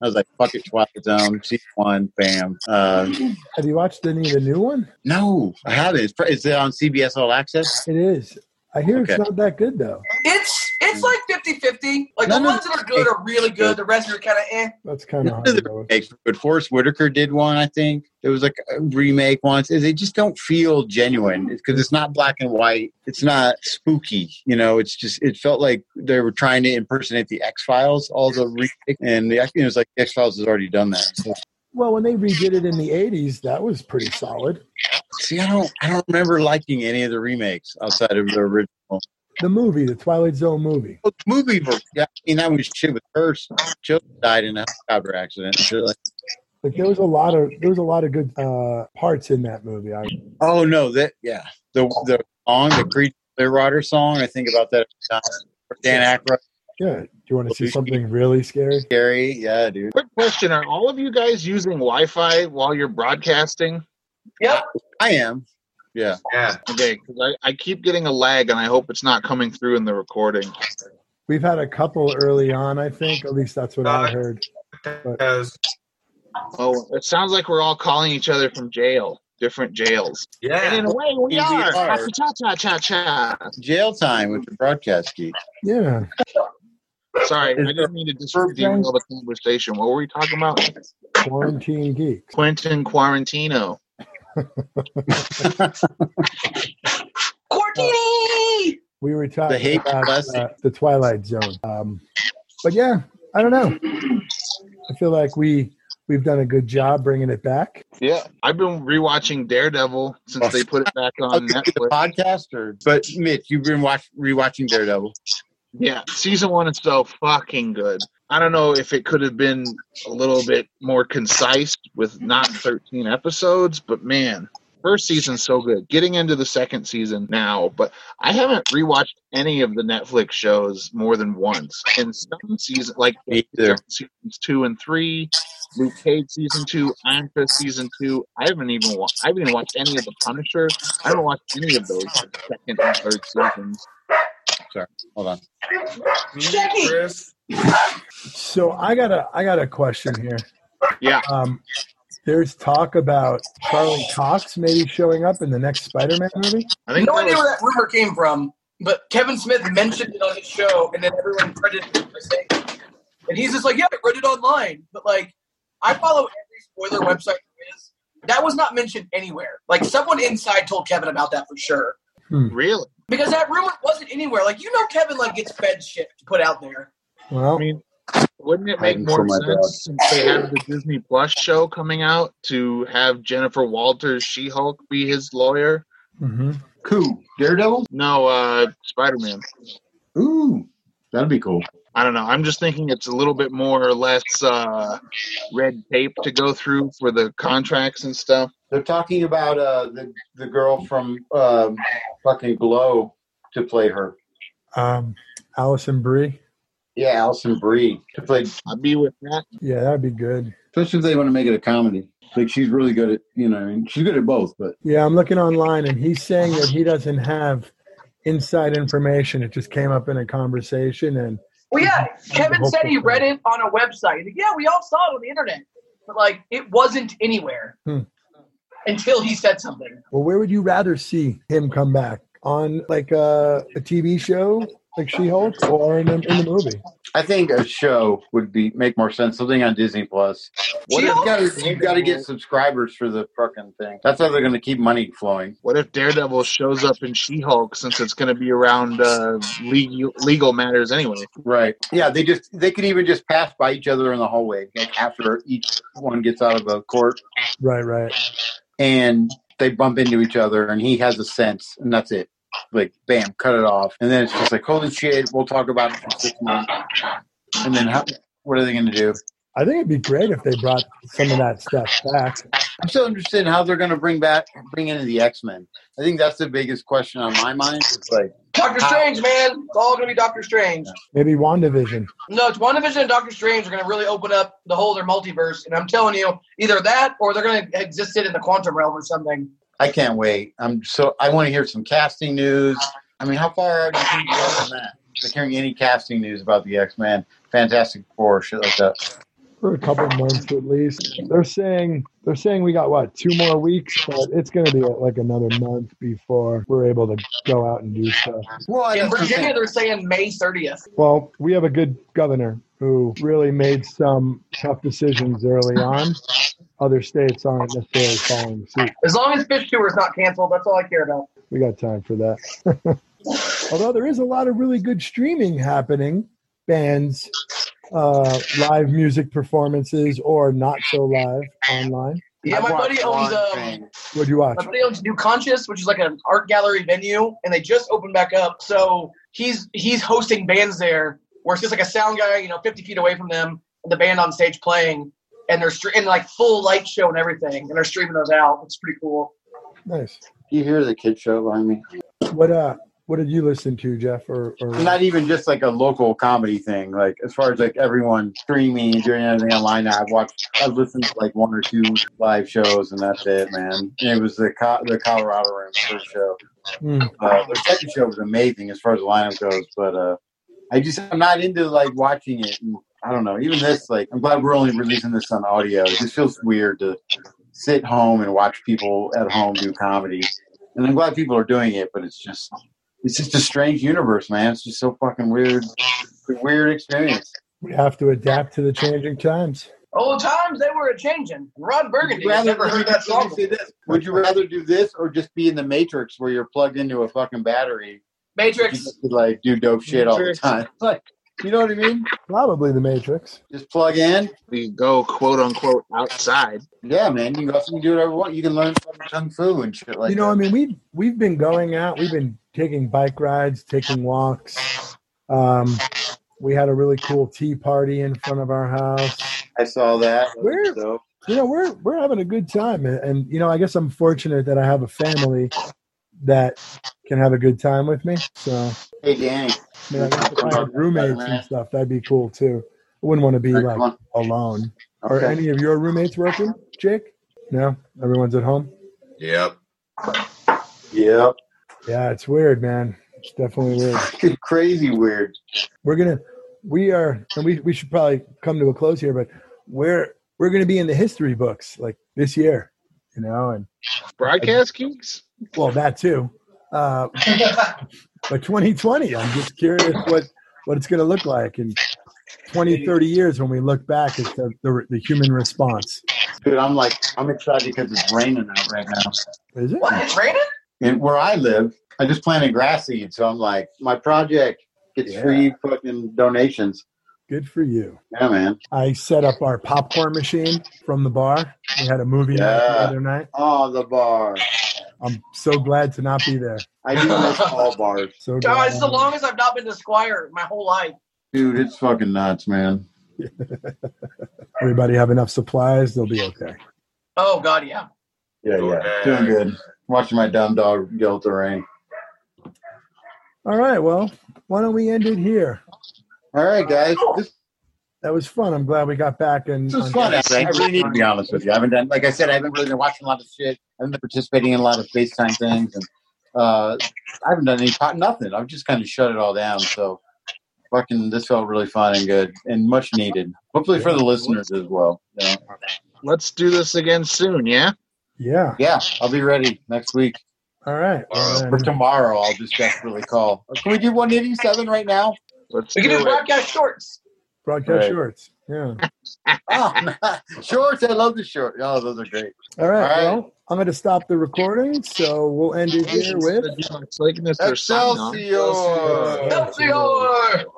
Speaker 4: I was like, fuck it, Twilight Zone, season one, bam. Uh,
Speaker 6: Have you watched any of the new one?
Speaker 4: no, I haven't. It's, pr- is it on CBS All Access?
Speaker 6: It is. I hear it's
Speaker 4: Okay.
Speaker 6: not that good though.
Speaker 5: it's it's like 50-50. Like
Speaker 4: Hmm. No,
Speaker 5: the
Speaker 4: no,
Speaker 5: ones that are good are really good. The rest are kind of eh.
Speaker 6: That's kind
Speaker 4: None
Speaker 6: of hard.
Speaker 4: of
Speaker 6: to
Speaker 4: the
Speaker 6: go with.
Speaker 4: remakes, were good. Forrest Whitaker did one, I think. There was like a remake once. They just don't feel genuine because it's not black and white. It's not spooky. You know, it's just it felt like they were trying to impersonate the X Files. All the remake and the it was like X Files has already done that. So,
Speaker 6: Well, when they redid it in the '80s, that was pretty solid.
Speaker 4: see, I don't I don't remember liking any of the remakes outside of the original.
Speaker 6: The movie, the Twilight Zone movie.
Speaker 4: Oh, the movie, ver- yeah, I mean that was shit with her. Children died in a helicopter accident. Shit like-
Speaker 6: Like there was a lot of there was a lot of good uh, parts in that movie. I
Speaker 4: Oh no, that yeah. The the song, the Creed Clearwater song. I think about that every time. Or Dan Aykroyd,
Speaker 6: yeah. Do you want to see something really scary?
Speaker 4: Gary. Yeah, dude.
Speaker 7: Quick question Are all of you guys using Wi Fi while you're broadcasting?
Speaker 5: Yep.
Speaker 4: I am. Yeah.
Speaker 7: Yeah. Okay. Because I, I keep getting a lag, and I hope it's not coming through in the recording.
Speaker 6: We've had a couple early on, I think. At least that's what I heard.
Speaker 7: Because oh, it sounds like we're all calling each other from jail, different jails. And in a way, we are. Cha cha cha cha.
Speaker 4: Jail time with the broadcast geek.
Speaker 6: Yeah.
Speaker 7: Sorry, I didn't mean to disturb you with all the conversation. What were we talking about?
Speaker 6: Quarantine geeks.
Speaker 7: Quentin Quarantino.
Speaker 5: Quarantini!
Speaker 6: We were talking
Speaker 4: The hate
Speaker 6: about
Speaker 4: classic.
Speaker 6: uh, the Twilight Zone. Um, but yeah, I don't know. I feel like we we've done a good job bringing it back.
Speaker 7: Yeah, I've been rewatching Daredevil since they put it back on Netflix.
Speaker 4: Podcaster. But Mitch, you've been watch, rewatching Daredevil.
Speaker 7: Yeah, season one is so fucking good. I don't know if it could have been a little bit more concise with not 13 episodes, but man, first season's so good. Getting into the second season now, but I haven't rewatched any of the Netflix shows more than once. And some season, like
Speaker 4: either.
Speaker 7: seasons two and three, Luke Cage season two, Iron Fist season two. I haven't even wa- I haven't even watched any of the Punisher. I haven't watched any of those second and third seasons.
Speaker 4: Sorry, hold on.
Speaker 5: Jackie!
Speaker 6: So I got a I got a question here.
Speaker 7: Yeah.
Speaker 6: Um, there's talk about Charlie Cox maybe showing up in the next Spider-Man movie.
Speaker 7: I think
Speaker 5: no
Speaker 7: that
Speaker 5: idea
Speaker 7: was-
Speaker 5: where that rumor came from, but Kevin Smith mentioned it on his show, and then everyone credited him for saying it. And he's just like, yeah, I read it online. But, like, I follow every spoiler website there is. That was not mentioned anywhere. Like, someone inside told Kevin about that for sure.
Speaker 7: Really?
Speaker 5: Because that rumor wasn't anywhere. Like, you know Kevin, like, gets fed shit to put out there.
Speaker 6: Well,
Speaker 7: I mean, wouldn't it make
Speaker 4: Hiding
Speaker 7: more
Speaker 4: from my dad.
Speaker 7: sense since they have the Disney Plus show coming out to have Jennifer Walters, She Hulk, be his lawyer?
Speaker 6: mhm.
Speaker 4: Cool. Daredevil?
Speaker 7: No, uh, Spider Man.
Speaker 4: Ooh, that'd be cool.
Speaker 7: I don't know. I'm just thinking it's a little bit more or less uh, red tape to go through for the contracts and stuff.
Speaker 4: They're talking about uh, the the girl from um, fucking Glow to play her.
Speaker 6: um, Allison Brie.
Speaker 4: Yeah, Allison Brie to play.
Speaker 7: I'd be with that.
Speaker 6: Yeah, that'd be good.
Speaker 4: Especially if they want to make it a comedy. Like she's really good at you know, I mean, she's good at both. But
Speaker 6: Yeah, I'm looking online, and he's saying that he doesn't have inside information. It just came up in a conversation, and
Speaker 5: Well, yeah, Kevin said he read it on a website. Like, yeah, we all saw it on the internet, but like it wasn't anywhere
Speaker 6: Hmm.
Speaker 5: until he said something.
Speaker 6: well, where would you rather see him come back on, like uh, a, a TV show, like She-Hulk, or in, a, in the movie?
Speaker 4: I think a show would be make more sense. Something on Disney Plus.
Speaker 5: She
Speaker 4: What if you
Speaker 5: Hulk?
Speaker 4: gotta, you got to get subscribers for the fucking thing. That's how they're going to keep money flowing.
Speaker 7: What if Daredevil shows up in She Hulk since it's going to be around uh, legal, legal matters anyway?
Speaker 4: Right. Yeah. They just they could even just pass by each other in the hallway like after each one gets out of a court
Speaker 6: Right, right.
Speaker 4: and they bump into each other and he has a sense and that's it. Like bam, cut it off. And then it's just like holy shit. We'll talk about it for six months. And then how, what are they going to do?
Speaker 6: I think it'd be great if they brought some of that stuff back.
Speaker 4: I'm still interested in how they're going to bring back bring in the X Men. I think that's the biggest question on my mind. It's like
Speaker 5: Doctor
Speaker 4: How?
Speaker 5: Strange, man, it's all gonna be Doctor Strange.
Speaker 6: Maybe WandaVision.
Speaker 5: No, it's WandaVision and Doctor Strange are gonna really open up the whole their multiverse, and I'm telling you, either that or they're gonna exist it in the quantum realm or something.
Speaker 4: I can't wait. I'm so I want to hear some casting news. I mean, how far are you going on that? Like hearing any casting news about the X Men, Fantastic Four, shit like that.
Speaker 6: for a couple months at least. They're saying they're saying we got what two more weeks, but it's going to be like another month before we're able to go out and do stuff.
Speaker 4: Well, I
Speaker 5: In
Speaker 4: that's what I'm
Speaker 5: Virginia,
Speaker 4: saying.
Speaker 5: they're saying May 30th.
Speaker 6: Well, we have a good governor who really made some tough decisions early on. Other states aren't necessarily following suit.
Speaker 5: As long as Fish Tour is not canceled, that's all I care about.
Speaker 6: We got time for that. Although there is a lot of really good streaming happening, bands, uh, live music performances, or not so live online.
Speaker 5: Yeah,
Speaker 4: I
Speaker 5: my
Speaker 4: want
Speaker 5: buddy owns
Speaker 4: one
Speaker 5: um,
Speaker 4: thing.
Speaker 6: What'd you watch?
Speaker 5: My buddy owns New Conscious, which is like an art gallery venue, and they just opened back up. So he's he's hosting bands there, where it's just like a sound guy, you know, 50 feet away from them, and the band on stage playing, and they're stre- and like full light show and everything, and they're streaming those out. It's pretty cool.
Speaker 6: Nice.
Speaker 4: Do you hear the kid show behind me?
Speaker 6: What uh What did you listen to, Jeff? Or, or
Speaker 4: Not even just like a local comedy thing. Like as far as like everyone streaming doing anything online. Now, I've watched, I've listened to like one or two live shows, and that's it, man. And it was the Co- the Colorado Room first show.
Speaker 6: hmm,
Speaker 4: Uh, their second show was amazing as far as the lineup goes, but uh, I just I'm not into like watching it. And, I don't know. Even this, like, I'm glad we're only releasing this on audio. It just feels weird to sit home and watch people at home do comedy, and I'm glad people are doing it. But it's just it's just a strange universe, man. It's just so fucking weird. It's a weird experience.
Speaker 6: we have to adapt to the changing times.
Speaker 5: Old times they were a changing. Ron Burgundy.
Speaker 4: Rather
Speaker 5: I've never
Speaker 4: than-
Speaker 5: heard that song.
Speaker 4: let me say this. Would you rather do this or just be in the Matrix where you're plugged into a fucking battery?
Speaker 5: Matrix.
Speaker 4: You just could, like do dope shit all the
Speaker 6: Matrix.
Speaker 4: time. Like, you know what I mean?
Speaker 6: Probably the Matrix.
Speaker 4: Just plug in.
Speaker 7: We go quote unquote outside.
Speaker 4: Yeah, man. You can go you can do whatever you want. You can learn fucking kung fu and shit like
Speaker 6: you know, I mean, we we've been going out. We've been taking bike rides, taking walks. Um, we had a really cool tea party in front of our house.
Speaker 4: I saw that.
Speaker 6: Where you know we're we're having a good time, and, and you know I guess I'm fortunate that I have a family that can have a good time with me. So
Speaker 4: Hey, gang.
Speaker 6: I mean, I guess if I had roommates and stuff, that'd be cool too. I wouldn't want to be like alone. Are
Speaker 4: Okay.
Speaker 6: any of your roommates working, Jake? No, everyone's at home.
Speaker 9: Yep.
Speaker 4: Yep.
Speaker 6: Yeah, it's weird, man. It's definitely weird.
Speaker 4: crazy weird.
Speaker 6: We're gonna, we are, and we we should probably come to a close here, but we're we're gonna be in the history books like this year, you know, and
Speaker 7: Broadcast geeks.
Speaker 6: well that too. Uh, but 2020, I'm just curious what what it's gonna look like in 20, 30 years when we look back at the the, the human response.
Speaker 4: Dude, I'm like, I'm excited because it's raining out right now.
Speaker 6: Is it?
Speaker 5: What? It's raining?
Speaker 4: And where I live, I just planted grass seeds. So I'm like, my project gets free fucking donations.
Speaker 6: Good for you.
Speaker 4: Yeah, man.
Speaker 6: I set up our popcorn machine from the bar. We had a movie night the
Speaker 4: Yeah.
Speaker 6: other night.
Speaker 4: Oh, the bar.
Speaker 6: I'm so glad to not be there.
Speaker 4: I do miss all bars.
Speaker 6: So
Speaker 5: God, it's the
Speaker 6: glad.
Speaker 5: longest I've not been to Squire my whole life.
Speaker 4: Dude, it's fucking nuts, man.
Speaker 6: Everybody have enough supplies, they'll be okay.
Speaker 5: Oh God, yeah.
Speaker 4: Yeah, yeah. Doing good. Watching my dumb dog go through the rain.
Speaker 6: All right, well, why don't we end it here?
Speaker 4: All right, guys.
Speaker 6: That was fun. I'm glad we got back and
Speaker 4: This was fun. actually. I really need to be honest with you. I haven't done, like I said, I haven't really been watching a lot of shit. I haven't been participating in a lot of FaceTime things, and uh, I haven't done any pot, nothing. I've just kind of shut it all down. So, fucking, this felt really fun and good and much needed. Hopefully for the listeners as well. Yeah,
Speaker 7: Let's do this again soon, yeah?
Speaker 6: yeah.
Speaker 4: yeah I'll be ready next week
Speaker 6: All right.
Speaker 4: or tomorrow. I'll just desperately call. Uh, Can we do 187 right now?
Speaker 7: Let's
Speaker 5: We can do broadcast shorts.
Speaker 6: Broadcast
Speaker 4: Right.
Speaker 6: shorts. Yeah.
Speaker 4: Oh, shorts. I love the shorts. Oh, those are great.
Speaker 6: All right.
Speaker 4: All right.
Speaker 6: Well, I'm going to stop the recording, so we'll end it here with
Speaker 7: It's like Mr. Sign-Off.
Speaker 4: Excelsior.
Speaker 5: Excelsior!